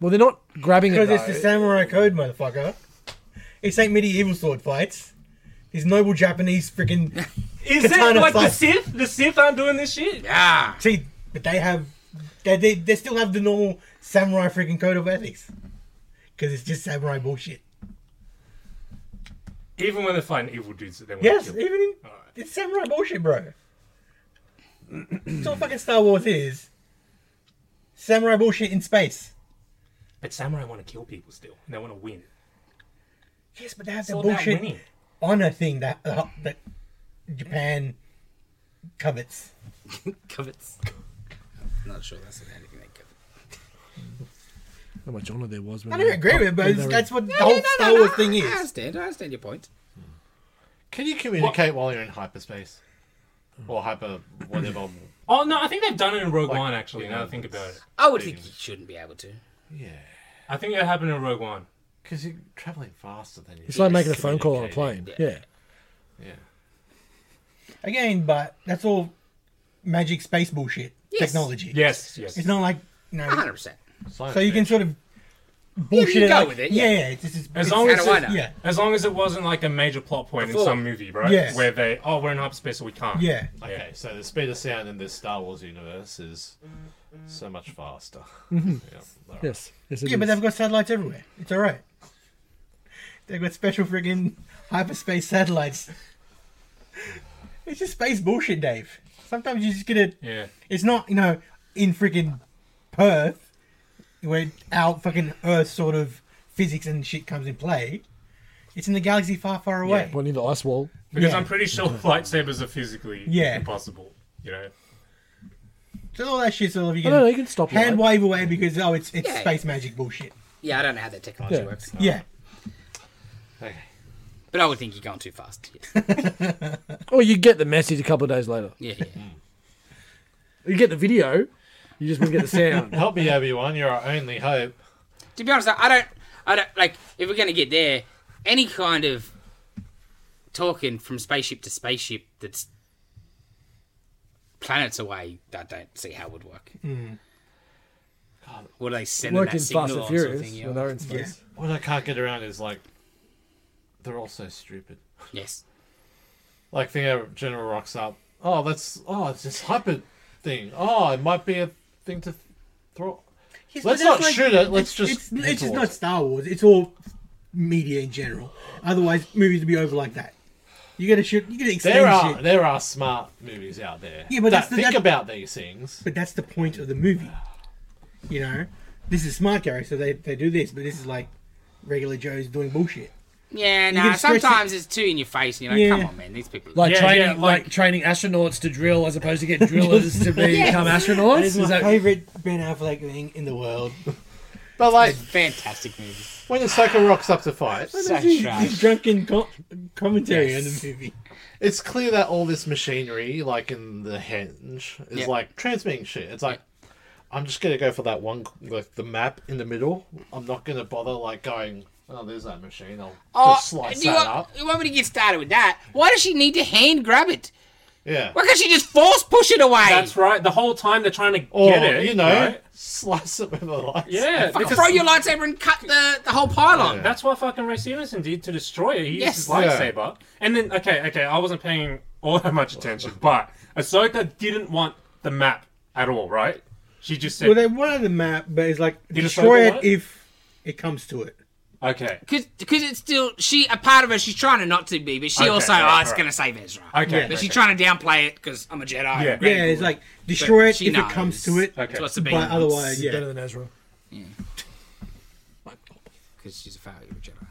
well, they're not grabbing it.
Because
Though.
it's the samurai code, motherfucker. It's ain't medieval sword fights. These noble Japanese freaking
Is
Katana
it like the
fight.
Sith? The Sith aren't doing this shit.
Yeah.
see, but they have they, they they still have the normal samurai freaking code of ethics. Because it's just samurai bullshit.
Even when they're fighting evil dudes that they want
Yes,
to
even
kill.
in, it's samurai bullshit, bro. That's all fucking Star Wars is. Samurai bullshit in space.
But samurai want to kill people still, and they want to win.
Yes, but they have
It's
the
all about
bullshit
winning.
honor thing that uh, that Japan covets.
Covets. I'm not sure that's anything they covet.
How much honor there was. When
I don't
they-
agree with it, but
when they
it's-
were-
that's what the whole Star Wars thing
I
is.
understand. I understand your point.
Can you communicate while you're in hyperspace? Or hyper whatever.
Oh no, I think they've done it in Rogue
Like,
One actually.
you
now
know,
that I think about it,
I would think you shouldn't be able to.
yeah.
I think it happened in Rogue One.
Because you're traveling faster than you
It's like making a phone call on a plane.
Yeah.
Yeah.
Yeah.
Again, but that's all magic space bullshit
Yes.
technology.
Yes, yes.
It's not like no.
100. percent
Science
So you can
fiction.
sort of bullshit
you
it,
go
like-
with it,
Yeah,
yeah.
yeah. It's, it's,
As
it's-
long as
How do I
it,
know?
yeah,
as long as it wasn't like a major plot point
Before.
in some movie, right?
Yes.
Where they oh we're in hyperspace so we can't.
yeah.
Yeah.
Okay, so the speed of sound in this Star Wars universe is so much faster. Yeah, alright.
Yes. Yes. it
Yeah, but
is.
they've got satellites everywhere. It's all right. They've got special friggin' hyperspace satellites. It's just space bullshit, Dave. Sometimes you just get it.
Yeah.
It's not, you know, in friggin' Perth where our fucking Earth sort of physics and shit comes in play. It's in the galaxy far, far away.
Well, near the ice wall.
Because
Yeah.
I'm pretty sure lightsabers are physically
Yeah.
impossible. You know.
So all that shit sort of you
No,
can,
no, you can stop.
hand
light.
wave away because oh, it's it's
Yeah.
space magic bullshit.
Oh,
Yeah, I don't know how that technology
Yeah.
works,
Yeah.
Okay.
but I would think you're going too fast. Yes.
Or you get the message a couple of days later.
Yeah, yeah.
You get the video. You just wouldn't get the sound.
Help me, Obi Wan. You're our only hope.
to be honest, I don't, I don't like if we're gonna get there. Any kind of talking from spaceship to spaceship that's planets away, I don't see how it would work. Would they
It
send
worked
that
in
signal
Fast and
or
Furious
something?
when
Yeah.
they're in space.
What I can't get around is like they're all so stupid.
Yes.
Like the general rocks up. Oh, that's oh, it's this hyper thing. Oh, it might be a thing to throw.
Yes,
Let's
but
not
that's
shoot it,
it's-
let's
It's,
just-
it's just
Wars.
not Star Wars. It's all media in general. Otherwise, movies would be over like that. You gotta shoot. You gotta extend
There are
shit.
there are smart movies out there.
Yeah, but
that
that's the-
think
that-
about these things.
But that's the point of the movie. You know, this is smart Gary, so they they do this, but this is like regular Joe's doing bullshit.
Yeah,
can
no.
stretch it-
Sometimes it's too in your face, and you're like,
Yeah.
"Come on, man, these people."
Like
Yeah,
training,
yeah,
like,
like-
training astronauts to drill, as opposed to get drillers to be- become astronauts.
That is
Is
my
that-
favorite Ben Affleck thing in the world.
But like
fantastic movie.
when Ahsoka rocks up to fight,
So
His
trash.
drunken co- commentary on
Yes.
the movie.
it's clear that all this machinery, like in the hinge, is
Yeah.
like transmitting shit. It's like I'm just gonna go for that one, like the map in the middle. I'm not gonna bother like going. Oh, there's that machine. I'll just slice
do Oh, you,
that
want,
up.
you want me to get started with that? Why does she need to hand grab it?
Yeah.
Why can't she just force push it away?
That's right. The whole time they're trying to
Or
get it.
you know,
right?
slice it with a lightsaber.
Yeah.
Fucking
because
throw your lightsaber and cut the, the whole pylon.
That's what fucking Ray Stevenson did to destroy it. He used
Yes.
his
Yeah.
lightsaber. And then, okay, okay, I wasn't paying all that much attention, but Ahsoka didn't want the map at all, right? She just said,
Well, they wanted the map, but it's like
Did
destroy
Ahsoka
it
want it?
if it comes to it.
okay,
Because it's still she a part of her. She's trying to not to be, but she
Okay,
also
alright,
oh, it's
alright.
gonna save Ezra.
okay.
But
okay.
she's trying to downplay it because I'm a Jedi. I'm
Yeah.
great
yeah,
and
it's
cool.
like destroy it
she
if it
knows.
comes to it.
Okay.
It's what's the big
But otherwise,
It's
yeah.
better than Ezra.
because she's a failure of Jedi.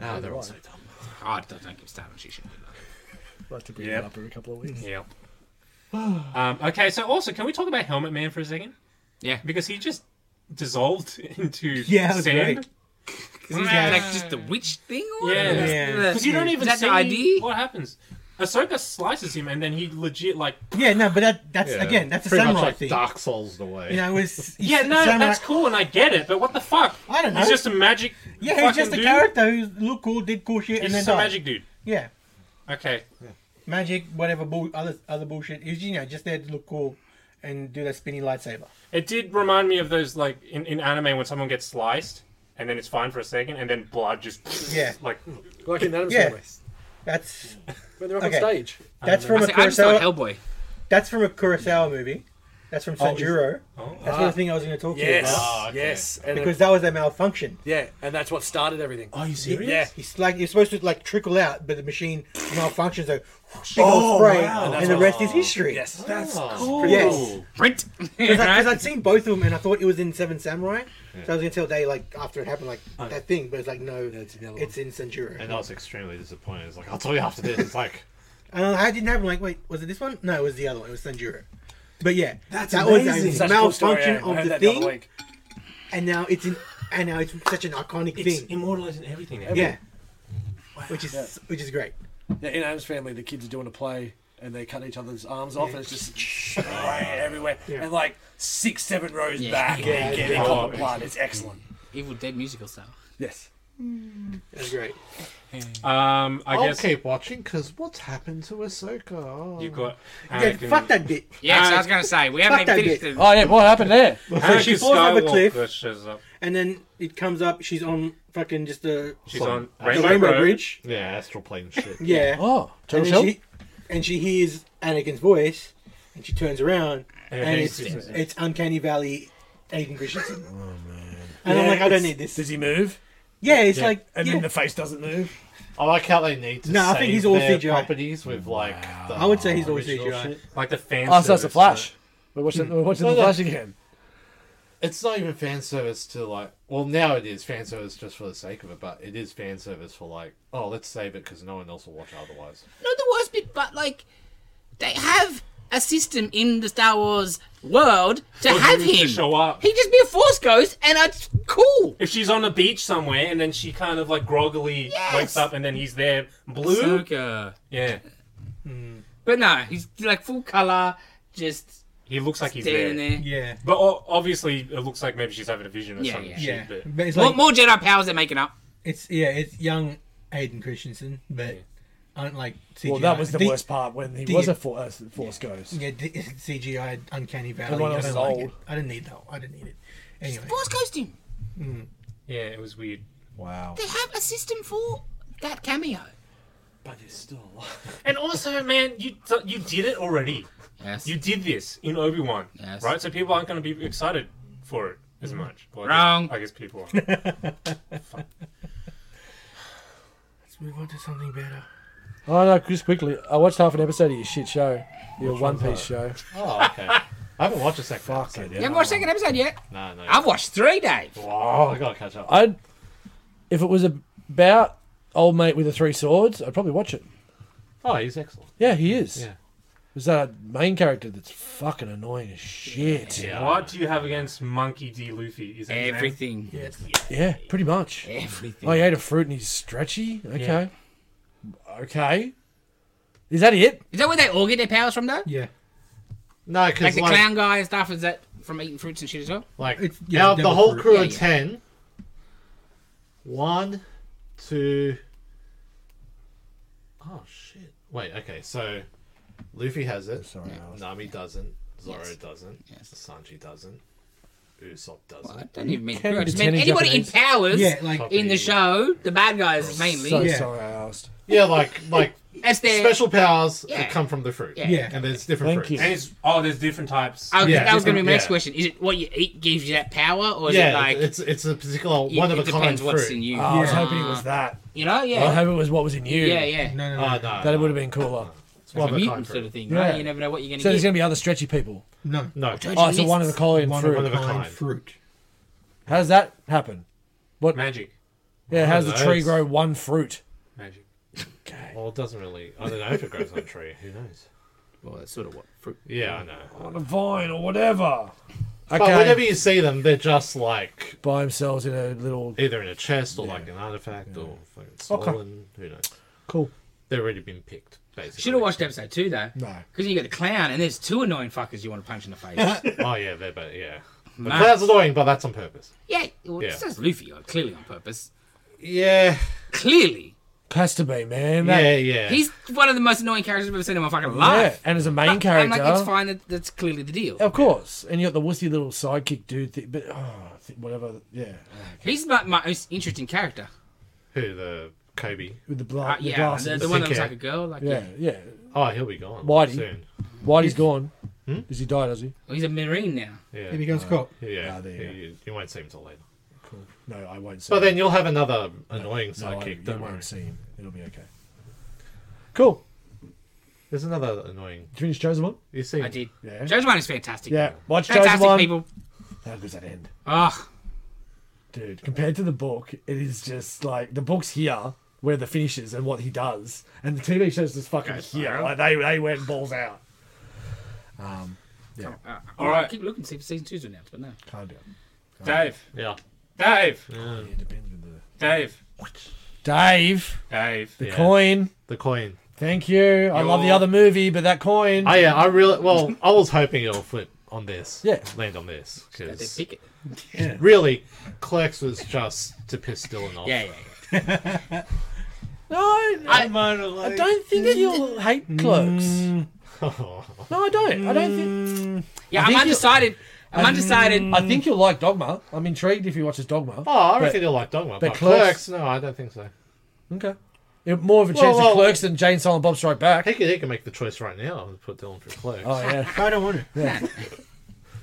Oh, they're all so dumb.
Oh, I don't, don't get started. She shouldn't. do that.
I like to bring
Yep.
it up every couple of weeks.
Yeah. um, okay, so also, can we talk about Helmet Man for a second?
Yeah.
Because he just dissolved into
Yeah, that was
sand.
Because he's like, like just the witch thing. Or
Yeah.
whatever?
Yeah.
Because you don't even
Is that
see
the idea?
what happens. Ahsoka slices him, and then he legit like
Yeah, no, but that that's
Yeah.
again that's a
Pretty much
samurai
like
thing.
Dark Souls the way.
You know, it's
Yeah,
it's
no,
samurai-
that's cool, and I get it, but what the fuck?
I don't know.
He's just a magic.
Yeah, he's
fucking
just a
dude.
character who looked cool, did cool shit,
He's
and then
just a
died.
magic dude.
Yeah,
Okay.
magic, whatever, bull, other other bullshit. He's you know just there to look cool and do that spinny lightsaber.
It did remind me of those like in, in anime when someone gets sliced and then it's fine for a second and then blood just
Yeah.
like
Mm. Like in Adam's
Yeah. Family, That's
when they're up
on Okay.
stage.
that's from
I,
a
say, I just thought
Kurosawa.
Hellboy.
That's from a Kurosawa movie. That's from
Oh, is-
Sanjuro.
Oh.
That's the
Ah.
other thing I was going to talk to you
Yes,
about.
Ah, okay.
yes, and
Because that was a malfunction.
yeah, and that's what started everything.
Are you serious?
Yeah.
It's like it's supposed to like trickle out, but the machine malfunctions. So big
Oh,
old spray,
wow.
and,
That's
the
what-
rest is history.
Yes,
That's
Oh.
cool.
Yes.
Print.
Because
Right?
I'd seen both of them, and I thought it was in Seven Samurai. So I was going to tell Day like after it happened, like that thing, but it's like no,
it's
it's,
the other
in Sanjuro.
And I was extremely disappointed. It's like, I'll tell you after this. It's like,
And I didn't have. i like, wait, was it this one? No, it was the other one. It was Sanjuro. But yeah,
That's
that
amazing.
was a
Such a cool story,
malfunction
yeah. I heard
of the
that the other
thing,
week.
and now it's in, and now it's such an iconic
It's
thing.
immortalized in everything. now.
yeah, which is
Yeah.
which is great.
Yeah, in Adam's family, the kids are doing a play and they cut each other's arms off, and it's just right everywhere,
Yeah.
and like six, seven rows
Yeah.
back,
Yeah,
and
yeah.
getting
Oh,
caught in
it's-
blood. It's excellent.
Evil Dead musical style.
Yes.
That's great.
Um, I
I'll
guess
keep watching because what's happened to Ahsoka? Oh.
you've got.
Yeah,
Anakin-
fuck that bit.
Yeah, so I
Uh,
was gonna say we haven't
fuck
even
that
finished
bit.
the.
Oh yeah, what happened there?
Anakin
she falls off a
Skywalker
cliff.
shows up.
And then it comes up. She's on fucking just the
She's
Sorry.
on
The
the
Rainbow,
Rainbow
Road.
Bridge.
Yeah, astral plane shit.
Yeah.
Oh,
and,
turtle
then
shell?
she, and she hears Anakin's voice, and she turns around,
And
and
it's-
it's it's Uncanny Valley, Aiden Christensen. Oh man. And I'm
Yeah,
like, I don't
it's-
need this.
Does he move?
Yeah, it's like
and
yeah.
then the face doesn't move.
I like how they need to
No, I
save
think he's all
their
CGI.
properties with like. The
I would say he's all
original
CGI.
shit.
like the fan.
Oh, so it's a
service,
flash. We're watching, we're watching
No,
the
no.
flash again.
It's not even fan service to like. Well, now it is fan service just for the sake of it, but it is fan service for like. Oh, let's save it because no one else will watch it otherwise.
not the worst bit, but like they have a system in the Star Wars world Oh, to
For
have
him to
him.
show up.
He'd just be a Force ghost, and it's cool.
If she's on a beach somewhere and then she kind of like groggily wakes up and then he's there, blue. Yeah,
But no, he's like full color, just
he looks like he's there.
standing there.
yeah.
But o- obviously, it looks like maybe she's having a vision or
Yeah,
something.
yeah.
Yeah,
shit, but-
but it's
More,
like
more Jedi powers they're making up.
it's yeah, it's young Aiden Christensen, but aren't like CGI.
Well, that was the, worst part when he
the-
was a for, uh, Force Ghost.
Yeah, d- CGI Uncanny Valley.
Everyone
I
else
don't
is
like
old.
it. I didn't need that. I didn't need it. Anyway,
Force ghost him.
yeah, it was weird.
Wow.
They have a system for that cameo.
But it's still alive.
And also, man, you you did it already.
Yes.
You did this in Obi Wan,
Yes.
right? So people aren't going to be excited for it as much. Well, I guess-
Wrong.
I guess people are.
let's move on to something better.
Oh no, just quickly. I watched half an episode of your shit show, your One Piece show.
Oh, okay. I haven't watched a second
Fuck
episode
it.
you
yet.
haven't watched second episode yet?
No, no.
I've watched three, Dave.
Oh, I gotta catch up.
I'd, if it was about old mate with the three swords, I'd probably watch it.
Oh, he's excellent.
Yeah, he is.
Yeah.
There's that main character that's fucking annoying as shit. Yeah,
Yeah.
what do you have against Monkey D. Luffy? Is that his name?
Everything.
Yes.
pretty much.
Everything.
Oh, he ate a fruit and he's stretchy. Okay. Okay. Is that it?
Is that where they all get their powers from, though?
Yeah.
No,
Like
because
the
like,
clown guy and stuff. Is that from eating fruits and shit as well?
Like
It's- yeah,
now, the
devil
whole
fruit.
crew
Yeah,
of
yeah.
ten. One, two. Oh shit! Wait. Okay. So, Luffy has it.
Sorry, I was-
Nami doesn't. Zoro
Yes.
doesn't.
Yes.
Sanji doesn't. Usopp doesn't.
I don't even mean.
Can
I just
pretend
meant
in
anybody in
Japanese.
powers
Yeah, like
in the show. The bad guys mainly.
So
Yeah.
sorry, I asked.
Yeah, like like
That's their
special powers
Yeah.
that come from the fruit.
Yeah.
Yeah.
And there's different
Thank
fruits.
And it's oh, there's different types.
I was,
Yeah,
Oh, that was going to be my
yeah.
next question. Is it what you eat gives you that power, or is it
yeah,
like
it's it's a particular
it-
one of
it
a kind
depends
fruit.
what's in you?
Oh, I was
Yeah.
hoping it was that.
You know,
I
Ah. yeah,
hope it was what was in you.
yeah, yeah.
No, no, no,
Oh,
no,
no,
That would have been cooler.
it's
Like
one
a
of a
mutant
kind
sort of
fruit.
thing,
Yeah.
right? You never know what you're
So
going to
there's
get.
going to be other stretchy people.
no.
No,
Oh, it's a one of the
missed.
Colin
One
fruit.
of a
One of a
kind
kind.
fruit.
How does that happen?
Magic,
Yeah, how does the
One of
tree
those.
grow one fruit?
magic.
Okay.
Well, it doesn't really. I don't know if it grows on a tree. Who knows?
Well, that's sort of what fruit.
Yeah, I know.
On a vine or whatever. Okay.
But whenever you see them, they're just like
By themselves in a little.
either in a chest or like an artifact or fucking stolen. Who knows?
Cool.
They've already been picked. Basically,
Should have watched episode two though.
No.
because you got the clown, and there's two annoying fuckers you want to punch in the face.
Oh yeah, they're but yeah. But
Man.
that's annoying, but that's on purpose.
yeah, well,
Yeah.
it says Luffy uh, clearly on purpose.
Yeah,
Clearly,
Has to be, man. That,
yeah, yeah.
he's one of the most annoying characters I've ever seen in my fucking
yeah.
life.
And as a main
But I'm
character.
like, it's fine. That, that's clearly the deal.
Of course. And you got the wussy little sidekick dude, thi- but oh, thi- whatever. Yeah.
He's my, my most interesting character.
Who the Kobe?
With the, bla-
Uh,
the
yeah, the,
glasses.
the one that
Thick
was
hair.
like a girl. Like,
yeah, yeah.
Oh, he'll be gone
Whitey.
soon.
Whitey's gone. Does he die? Does he?
Oh, he's a marine now.
Yeah.
He becomes cop.
Yeah,
Ah, there you
you,
go.
you- you won't see him till later.
No, I won't. Say
But
it.
then you'll have another annoying
No, I-
sidekick.
you
Don't worry.
won't see him. It'll be okay. Cool.
There's another annoying.
Did you finish Chosen One?
You see?
I did.
Yeah.
Joe's one is fantastic.
Yeah. Watch Chosen
Fantastic
One.
people.
How good's that end,
Oh,
dude? Compared to the book, it is just like the book's here where the finish is and what he does, and the TV show's just fucking here. Like they they went balls out.
all right. I keep looking to see if season two's announced, but no.
Can't do it.
Dave,
Yeah.
Dave,
Yeah, it depends with the
Dave,
Dave.
Dave.
The
Yeah.
coin.
The coin.
Thank you. I love the
Your-
other movie, but that coin.
Oh yeah, I really. Well, I was hoping it'll flip on this.
Yeah.
Land on this
But They
because
pick it.
really, Clerks was just to piss Dylan off.
Yeah, yeah.
no, I, I don't think you'll hate clerks.
Oh,
No, I don't. I don't think.
Yeah,
I
I'm
think you-
undecided. I'm undecided.
I think you'll like Dogma. I'm intrigued if he watches Dogma.
Oh, I reckon you'll like Dogma, but,
Clerks-
Clerks, no, I don't think so.
Okay. It- More of a
Well,
chance
well-
of Clerks than Jane Silent Bob Strike Back.
He could, he could make the choice right now and put Dylan through Clerks.
Oh yeah.
I don't want it.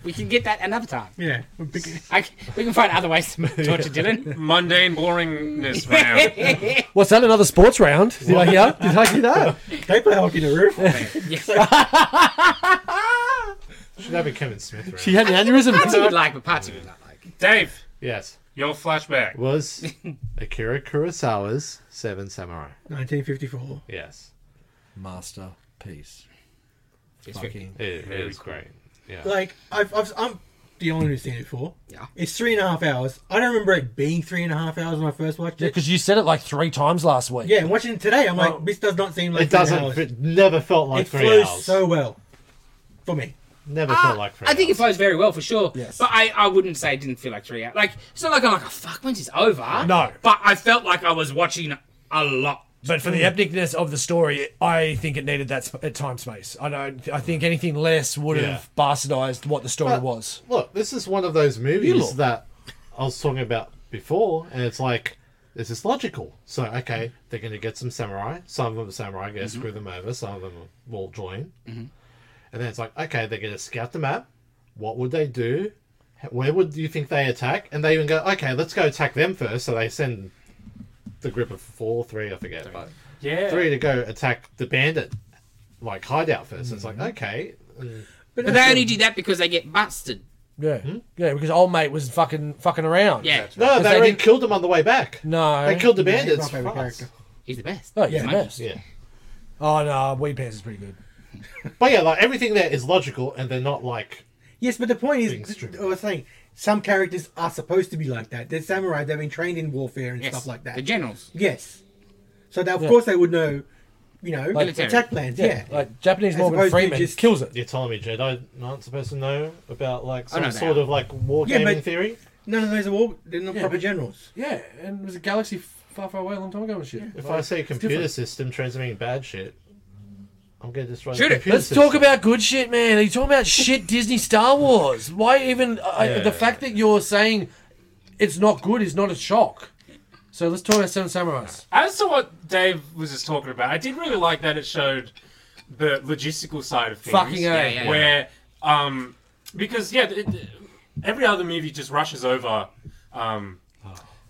we can get that another time.
Yeah. We'll pick it.
I c we can find other ways to torture Dylan.
Mundane boringness round.
What's that? Another sports round? Did I hear? Did I hear that?
They play hockey in the roof.
Should that be Kevin Smith? Right?
She had an
Parts you
aneurysm.
would like, but parts you would not like.
Dave,
yes,
your flashback.
was Akira Kurosawa's Seven Samurai.
1954.
Yes,
Masterpiece.
It's
Fucking.
it, it
Very
is
cool.
great. Yeah,
Like I've, I've I'm the only one who's seen it for.
Yeah.
It's three and a half hours. I don't remember it being three and a half hours when I first watched
Yeah,
it.
because you said it like three times last week.
Yeah, and watching it today, I'm
Well,
like, this does not seem like
it
three
doesn't.
hours.
It never felt like
it
three
flows
hours.
so well for me.
never
Ah,
felt like three.
I think it
hours.
flows very well for sure.
Yes.
But I, I wouldn't say it didn't feel like three hours. Like it's not like I'm like, oh, fuck, when's this over?
No.
But I felt like I was watching a lot.
But for the epicness of the story, I think it needed that sp- time space. I don't. I think anything less would
Yeah.
have bastardized what the story
But-
was.
Look, this is one of those
You
movies
look.
that I was talking about before, and it's like, this is logical. So, okay, they're going to get some samurai. Some of them are samurai, going to screw them over. Some of them will join. And then it's like, okay, they're going to scout the map. What would they do? H- Where would you think they attack? And they even go, okay, let's go attack them first. So they send the group of four, three, I forget. But
Yeah.
three to go attack the bandit, like hideout 1st It's like, okay. and-
But they only do that because they get busted.
Yeah, yeah, because old mate was fucking fucking around.
Yeah.
No,
they
they already
didn't-
killed them on the way back.
No.
They killed the
Yeah, he's
bandits.
my favourite
fast.
character.
He's the best.
Oh, yeah,
Yeah.
mess.
Yeah.
Oh no, Wee Pants is pretty good.
But yeah, like everything there is logical and they're not like
Yes, but the point
Being
is,
stripped.
I was saying some characters are supposed to be like that. They're samurai. They've been trained in warfare and
Yes.
stuff like that.
The generals.
yes. So that, of course they would know, you know,
Military.
attack plans. Yeah.
Yeah, like Japanese
As
Morgan
opposed to
Freeman
just-
kills it.
you're telling me Jedi aren't supposed to know about like some
know Oh, they
sort
are.
of like war
Yeah,
gaming
but-
theory?
None of those are war. They're not
Yeah,
proper
but-
generals.
Yeah, and it was a galaxy far, far away a long time ago and shit.
If I see a computer
different.
system transmitting bad shit, I'm gonna destroy
Shoot it.
the computer
Let's
system.
talk about good shit, man. Are you talking about shit Disney Star Wars? Why even I
Yeah.
the fact that you're saying it's not good is not a shock. So let's talk about Seven Samurais.
As to what Dave was just talking about, I did really like that it showed the logistical side of things.
Fucking A.
Yeah, yeah, yeah.
Where, um, because yeah, it, every other movie just rushes over. Um,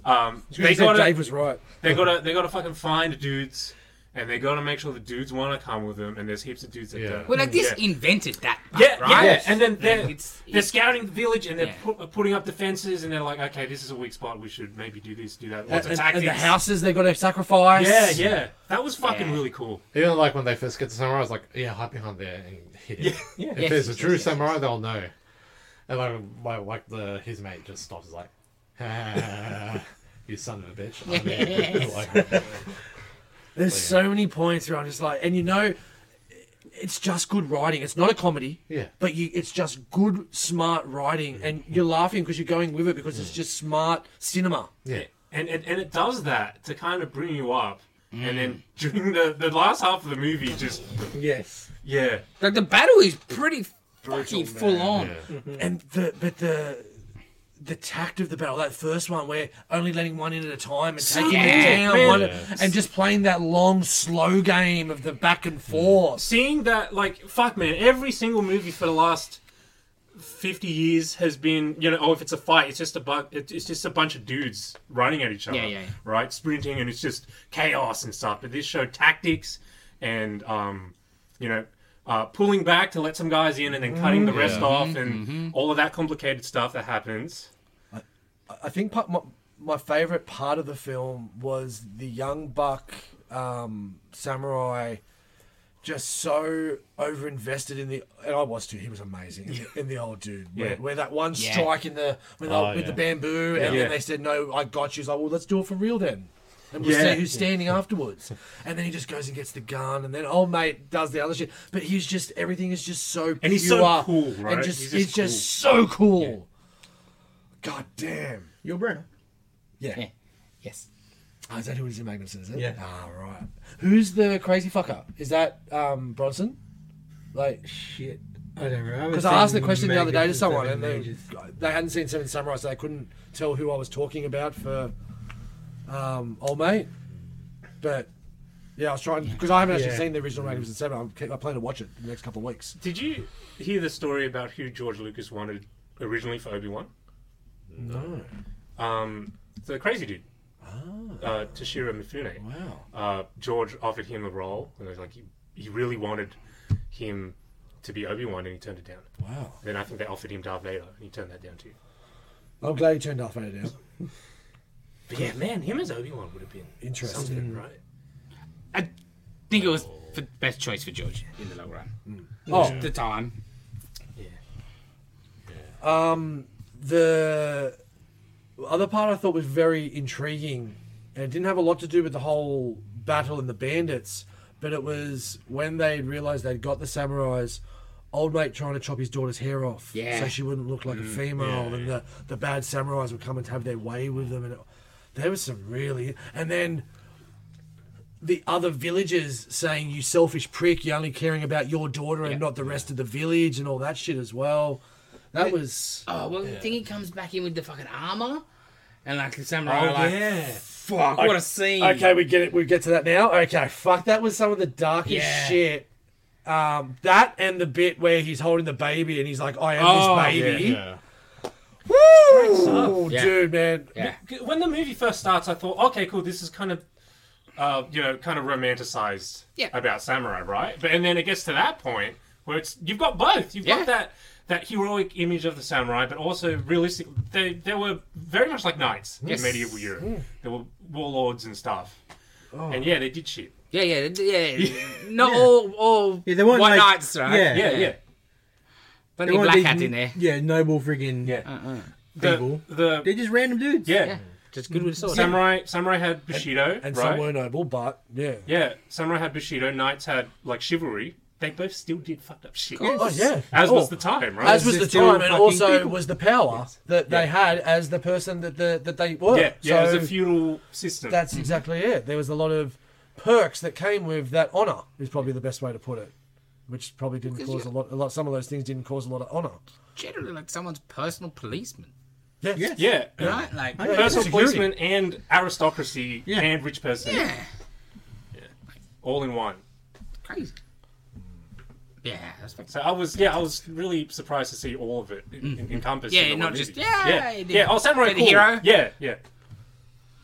um, they got
Dave
to
was right.
they got to they got to fucking find dudes, and they got to make sure the dudes want to come with them. And there's heaps of dudes that
Yeah.
don't.
Well, like this
Yeah.
invented that. part,
Yeah,
right?
yeah, and then they're,
it's-
they're scouting the village and they're
Yeah.
pu- putting up defenses and they're like, okay, this is a weak spot. We should maybe do this, do that. Lots
And,
of
and- and
tactics.
the houses they got to sacrifice.
Yeah, yeah, that was fucking
Yeah.
really cool.
Even like when they first get to samurai, it's like, yeah, hide behind there and hit it.
yeah.
If
Yes,
there's a
yes,
true
yes, yes,
samurai, they'll know. And like, my, like the his mate just stops, is like, "Ah, you son of a bitch. I'm in." Like,
There's so many points where I'm just like, and you know, it's just good writing. It's not a comedy.
Yeah.
But you, it's just good, smart writing, and you're laughing because you're going with it because it's just smart cinema.
yeah.
and, and and it does that to kind of bring you up and then during the, the last half of the movie just
Yes.
yeah
Like the battle is pretty fucking full on.
Yeah.
And the but the the tact of the battle, that first one where only letting one in at a time and
So-
taking
Yeah,
it down,
man.
one,
Yeah.
and just playing that long, slow game of the back and forth.
seeing that like fuck man every single movie for the last 50 years has been you know oh if it's a fight it's just a bu- it- it's just a bunch of dudes running at each other
Yeah, yeah, yeah.
right sprinting and it's just chaos and stuff but this show tactics and um you know uh, pulling back to let some guys in and then cutting the rest off and all of that complicated stuff that happens
I think part, my, my favorite part of the film was the young buck um, samurai just so over invested in the and I was too he was amazing in the, in the old dude where,
Yeah.
where that one
Yeah.
strike in the with,
Oh,
the, with the
yeah.
bamboo and
Yeah.
then they said no I got you He's like well let's do it for real then and we'll
Yeah.
see who's standing afterwards and then he just goes and gets the gun and then old mate does the other shit but he's just everything is just so
And he's so
pure
cool, right?
and just
He's
he's
just
just, so cool god damn
Your brain.
yeah.
Yes.
Oh, is that who it is in Magnuson, is it?
Yeah.
Ah, right. Who's the crazy fucker? Is that um, Bronson? Like,
Shit. I don't remember.
because I asked the question the other day to someone, and they, they hadn't seen Seven Samurai, so they couldn't tell who I was talking about for um, Old Mate. But yeah, I was trying because I haven't actually
Yeah.
seen the original Magnificent Seven. I'm, ke- I plan to watch it in the next couple of weeks.
did you hear the story about who george lucas wanted originally for obi-wan
No.
um the crazy dude uh, Toshiro Mifune.
Wow.
uh, George offered him a role, and it was like he, he really wanted him to be Obi Wan, and he turned it down.
Wow.
Then I think they offered him Darth Vader, and he turned that down too.
I'm glad you turned off Vader down.
But yeah, man, him as Obi Wan would have been
Interesting.
something, right?
I think it was the best choice for George in the long run.
Oh,
The time.
Um, the other part I thought was very intriguing, and it didn't have a lot to do with the whole battle and the bandits, but it was when they realized they'd got the samurais. Old mate trying to chop his daughter's hair off,
Yeah.
so she wouldn't look like a female, and the, the bad samurais would come and have their way with them, and it, there was some really, and then the other villagers saying you selfish prick, you're only caring about your daughter and not the rest of the village and all that shit as well. That was
Oh well, the thing he comes back in with the fucking armor, and like the samurai, like fuck, what a scene.
Okay, we get it. We get to that now. Okay, fuck. That was some of the darkest
Yeah.
shit. Um, that and the bit where he's holding the baby and he's like, "I am
Oh,
this baby."
Yeah.
Woo,
Yeah.
dude, man.
Yeah.
When the movie first starts, I thought, okay, cool, this is kind of. Uh, you know, kind of romanticized
Yeah.
about samurai, right? But and then it gets to that point where it's you've got both. You've
Yeah.
got that that heroic image of the samurai, but also realistic. They they were very much like knights in medieval Europe. They were warlords and stuff.
Oh.
And yeah, they did shit.
Yeah, yeah, th- yeah. Not all, all
Yeah, they weren't
white
like-
knights, right?
yeah.
Yeah, yeah.
But
They
any
weren't
black
these
hat
n-
in there.
Yeah, noble friggin'
Yeah.
Uh-uh.
The,
People.
the
They're just random dudes.
yeah.
Yeah, just good with a sword.
samurai samurai had Bushido,
And
right?
some were noble, but yeah.
Yeah, samurai had Bushido. Knights had like chivalry. They both still did fucked up shit.
Oh yeah.
As
Oh,
was the time, right?
As was
They're
the
still
time, and
fucking
also
people.
was the power that they had as the person that the, that they were.
yeah, yeah.
so
it was a feudal system.
that's exactly it. There was a lot of perks that came with that honor. Is probably the best way to put it, which probably didn't
Because
cause a lot. A lot. Some of those things didn't cause a lot of honor.
Generally, like someone's personal policeman,
Yes.
Yes.
yeah.
right? Like,
Personal
Security.
policeman and aristocracy
Yeah.
and rich person
yeah,
all in one.
crazy. Mm. Yeah, that's fucking.
So I was, yeah, I was really surprised to see all of it en- encompassed.
Yeah,
in the one
not just,
movie.
yeah,
yeah,
he did
yeah. Oh, samurai
play the
cool.
hero.
Yeah, yeah.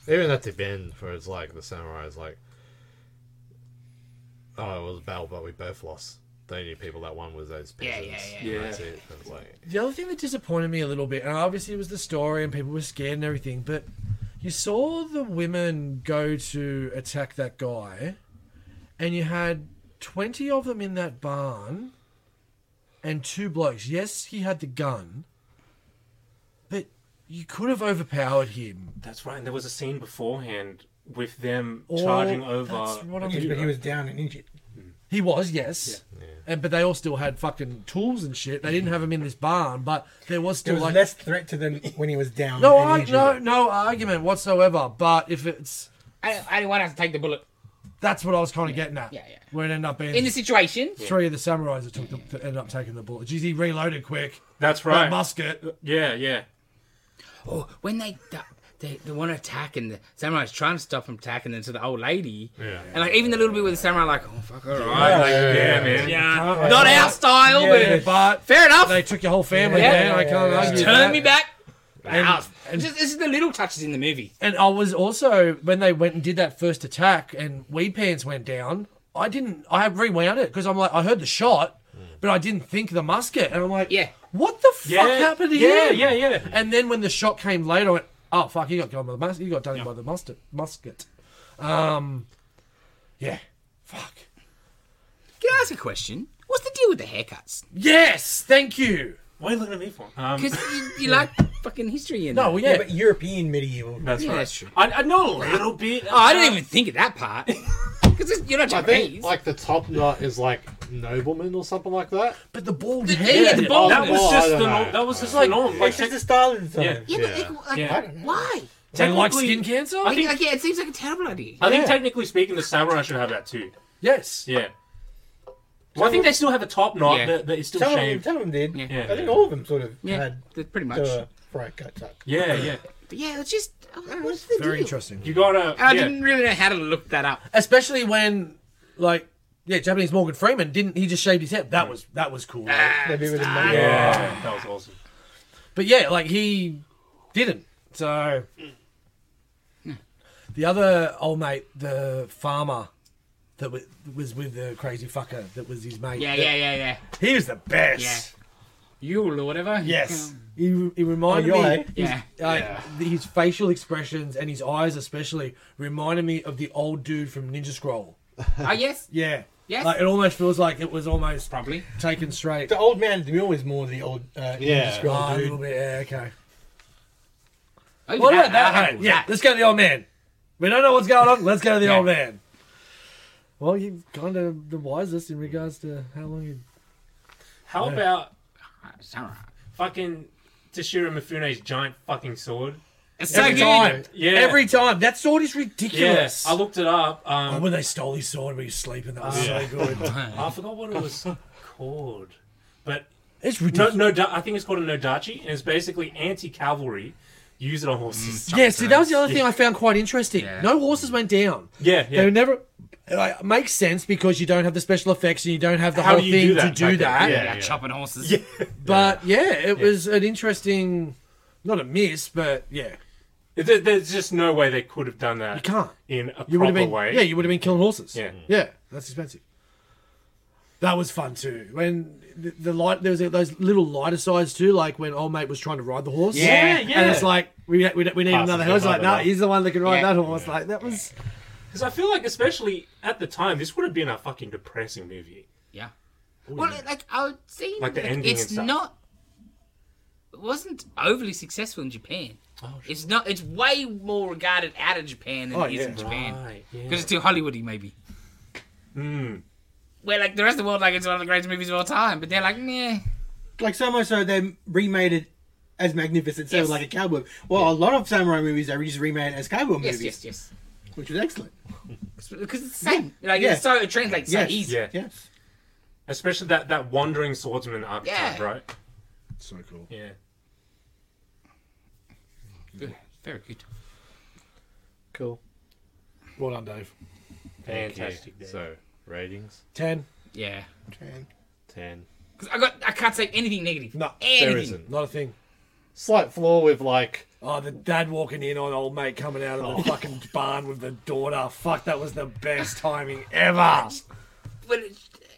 Even at the end, where it's like the samurai is like, oh, it was a battle, but we both lost. The only people that won was those
Yeah,
peasants.
yeah,
yeah.
And That's it. And it's like,
The other thing that disappointed me a little bit, and obviously it was the story and people were scared and everything, but you saw the women go to attack that guy, and you had 20 of them in that barn and two blokes. Yes, he had the gun, but you could have overpowered him.
That's right. And there was a scene beforehand with them
Or-
charging over.
that's what I'm-
But he was down and injured.
He was, yes. And, but they all still had fucking tools and shit. They didn't have him in this barn, but there was still
There was
like
less threat to them when he was down.
no,
and
I,
injured.
no, no argument whatsoever. But if it's
I, I didn't want to have to take the bullet
That's what I was kind of getting at.
yeah, yeah.
Where it ended up being
in the situation.
three of the samurais that took the, that ended up taking the bullet. Geez, he reloaded quick.
That's
That
right.
musket.
Yeah, yeah.
oh, when they the- they, they want to attack and the samurai's trying to stop him attacking, and so the old lady,
Yeah.
and like even the little bit with the samurai, like oh fuck, all right,
Yeah,
like,
yeah, yeah,
yeah,
man.
not our style,
Yeah,
but
but
fair enough.
they took your whole family
Yeah.
down. I can't
Yeah.
argue.
Turn
that.
me back.
And-
Wow. This is- this is the little touches in the movie.
And I was also when they went and did that first attack, and Weed Pants went down. I didn't. I rewound it because I'm like, I heard the shot, but I didn't think of the musket, and I'm like,
Yeah.
what the fuck
Yeah,
happened to
yeah,
him?
yeah, yeah.
And then when the shot came later, I went, oh fuck, he got gone by the musket. He got done by the musket. Musket. Um, yeah. Fuck.
Can I ask a question? What's the deal with the haircuts?
Yes. Thank you.
What are you looking at me for? Um,
Because you, you like fucking history and
No.
that.
Well,
Yeah,
yeah.
but European medieval.
that's
yeah,
right.
that's true.
I, I know a little bit.
Oh, I didn't even think of that part. Because you're not
I
Japanese.
think like the top knot is like nobleman or something like that.
but the bald
The-
head.
yeah, the bald-
that was
Oh, I
just the
don't
norm.
know.
That was just
Like,
the norm. Like,
It's just a style of the time.
yeah.
yeah, but
Yeah.
like, like,
Yeah.
why?
They like
Technically-
skin cancer.
I think-
Like, yeah, it seems like a terrible idea.
I think
Yeah.
technically speaking, the samurai should have that too.
yes.
Yeah. Well, I think they still have a top knot,
Yeah.
but, but it's still
Some of, them,
shaved.
some of them did.
Yeah.
Yeah.
I think all of them sort of
Yeah,
had
th- pretty much.
the fright cut tuck.
Yeah, yeah.
But yeah, it's just I don't know, what's the
Very
deal?
interesting.
You gotta.
And I
yeah.
didn't really know how to look that up.
especially when like yeah japanese morgan freeman didn't he just shaved his head
Mm.
that was that was cool
Ah.
right?
Maybe with a
Ah.
Yeah, that was awesome.
but yeah like he didn't so
Mm.
the other old mate the farmer that wa- was with the crazy fucker that was his mate
Yeah,
that-
yeah, yeah, yeah.
he was the best
Yule or whatever.
yes he, he reminded
Oh, you're
me
right.
his,
Yeah.
uh, th- his facial expressions and his eyes especially reminded me of the old dude from ninja scroll
Oh yes,
yeah
Yes.
like, it almost feels like it was almost
probably.
taken straight
The old man at the mill is more the old uh,
Yeah.
Ninja Scroll
Ah, a
dude.
little bit, yeah, okay.
Oh,
What about
that-
that?
that-
Yeah, let's go to the old man. We don't know what's going on. Let's go to the
Yeah.
old man. Well, you're kind of the wisest in regards to how long you.
How about
that- Samurai.
fucking Toshiro Mifune's giant fucking sword?
It's so
Every
good.
time,
Yeah.
every time. That sword is
Yeah,
ridiculous.
I looked it up.
Oh,
Um,
when they stole his sword, were you sleeping? That was
Yeah.
so good.
I forgot what it was called, but
It's
no,
ridiculous.
no, I think it's called a Nodachi, and it's basically anti-cavalry. Use it on horses.
yeah, see, that was the other thing I found quite interesting.
Yeah.
No horses went down.
Yeah,
They
yeah.
were never. Like, makes sense because you don't have the special effects and you don't have the
How
whole
do you
thing
do that
to do
back then?
that.
Yeah,
Yeah,
yeah.
chopping horses.
Yeah.
But yeah, it was an interesting, not a miss, but yeah,
There- there's just no way they could have done that.
you can't.
in a
You
proper
would have been
way.
yeah, you would have been killing horses.
Yeah.
yeah, that's expensive. That was fun too. When the, the light there was those little lighter sides too, like when old mate was trying to ride the horse.
Yeah,
And it's
yeah.
like we we, we need
Pass
another
it
horse. Like
another
no,
one.
he's the one that can ride
Yeah.
that horse. Like that was
Because I feel like, especially at the time, this would have been a fucking depressing movie.
Yeah. Well, like I would say,
Like the ending
it's
and stuff.
not. It wasn't overly successful in Japan. It's not. It's way more regarded out of Japan than
Oh,
it is
yeah.
in Japan
Right. Yeah.
because it's too Hollywoody, maybe.
Mm.
Where like the rest of the world, like it's one of the greatest movies of all time, but they're like, nah.
Like so much so they remade it as Magnificent Seven,
Yes.
like a cowboy. Well, a lot of samurai movies they just remade as cowboy
Yes,
movies,
yes, yes.
which was excellent.
Because it's the same. Like
Yeah.
it's so it translates
Yes.
so easy.
Yeah.
Yes.
Especially that, that wandering swordsman archetype,
Yeah.
right?
so cool.
Yeah.
Good. Very good.
Cool.
Well done, Dave.
Fantastic. day.
So ratings
Ten,
Yeah.
Okay.
ten.
'Cause I got I can't say anything negative.
No, there
anything.
There isn't
not a thing.
slight flaw with like
Oh, the dad walking in on old mate coming out of the fucking barn with the daughter. Fuck, that was the best timing ever.
But it,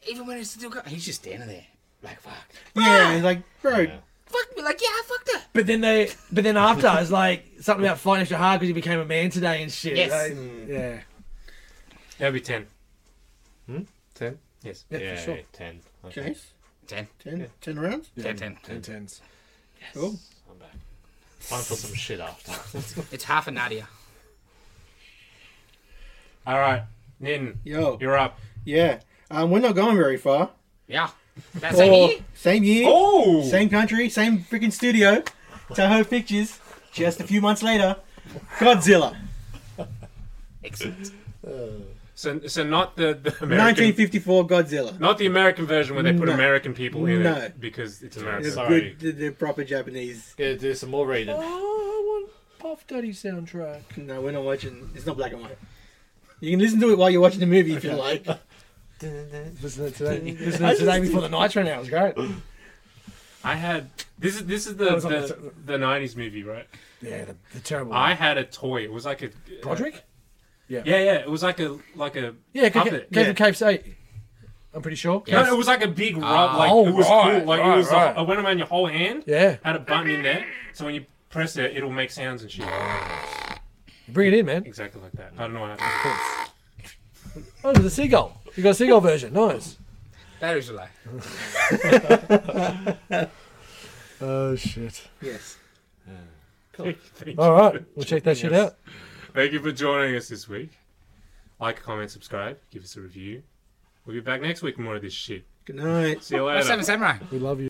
even when it's still got, he's just standing there like fuck, Ah!
Yeah, it's like bro.
Yeah.
fuck me, like yeah, I fucked her.
But then they, but then after it's like something about fighting extra hard because you became a man today and shit.
Yes.
Like, yeah.
That'd be 10.
Hmm?
ten.
Yes.
Yeah,
yeah,
for sure.
ten. Okay.
Chase,
Ten.
ten, ten rounds.
Ten, ten.
Ten tens.
Cool.
I'm back. Time for some shit after.
It's half a Nadia.
All right. Nin,
Yo.
you're up.
Yeah. Um, we're not going very far.
Yeah. That's oh. here.
Same year.
Oh!
Same country, same freaking studio. Toho Pictures. Just a few months later, Godzilla,
Excellent.
So, so not the, the American.
1954 Godzilla.
Not the American version where they put
No.
American people in
No.
it because it's
The
American.
Sorry.
good, the, the proper Japanese.
Gonna do some more reading.
Oh, Puff Daddy soundtrack.
No, we're not watching. It's not black and white. You can listen to it while you're watching the movie if you like.
Listen to today. Listen to today before the Nitro now. It's great.
I had this is this is
That
the
was on
the, the '90s movie, right?
Yeah, the, the terrible.
I had a toy. It was like a
Broderick?
Yeah, yeah. It was like a like a
Yeah, Ca- Ca-
puppet.
Cave from Cave's Eight. I'm pretty sure.
No, it was like a big rub.
Ah,
like
oh,
it was
right,
cool. Like
right,
it was.
right.
I went around your whole hand.
Yeah.
Had a button in there, so when you press it, it'll make sounds and shit.
Bring it in, man.
Exactly like that. I don't know what happened.
Oh, there's a seagull. You got a seagull version. Nice.
That is a lie.
Oh shit.
Yes.
Thank
All
you.
right, we'll check that shit out.
Thank you for joining us this week. Like, comment, subscribe, give us a review. We'll be back next week with more of this shit.
Good night.
See you later.
Seven Samurai.
We love you.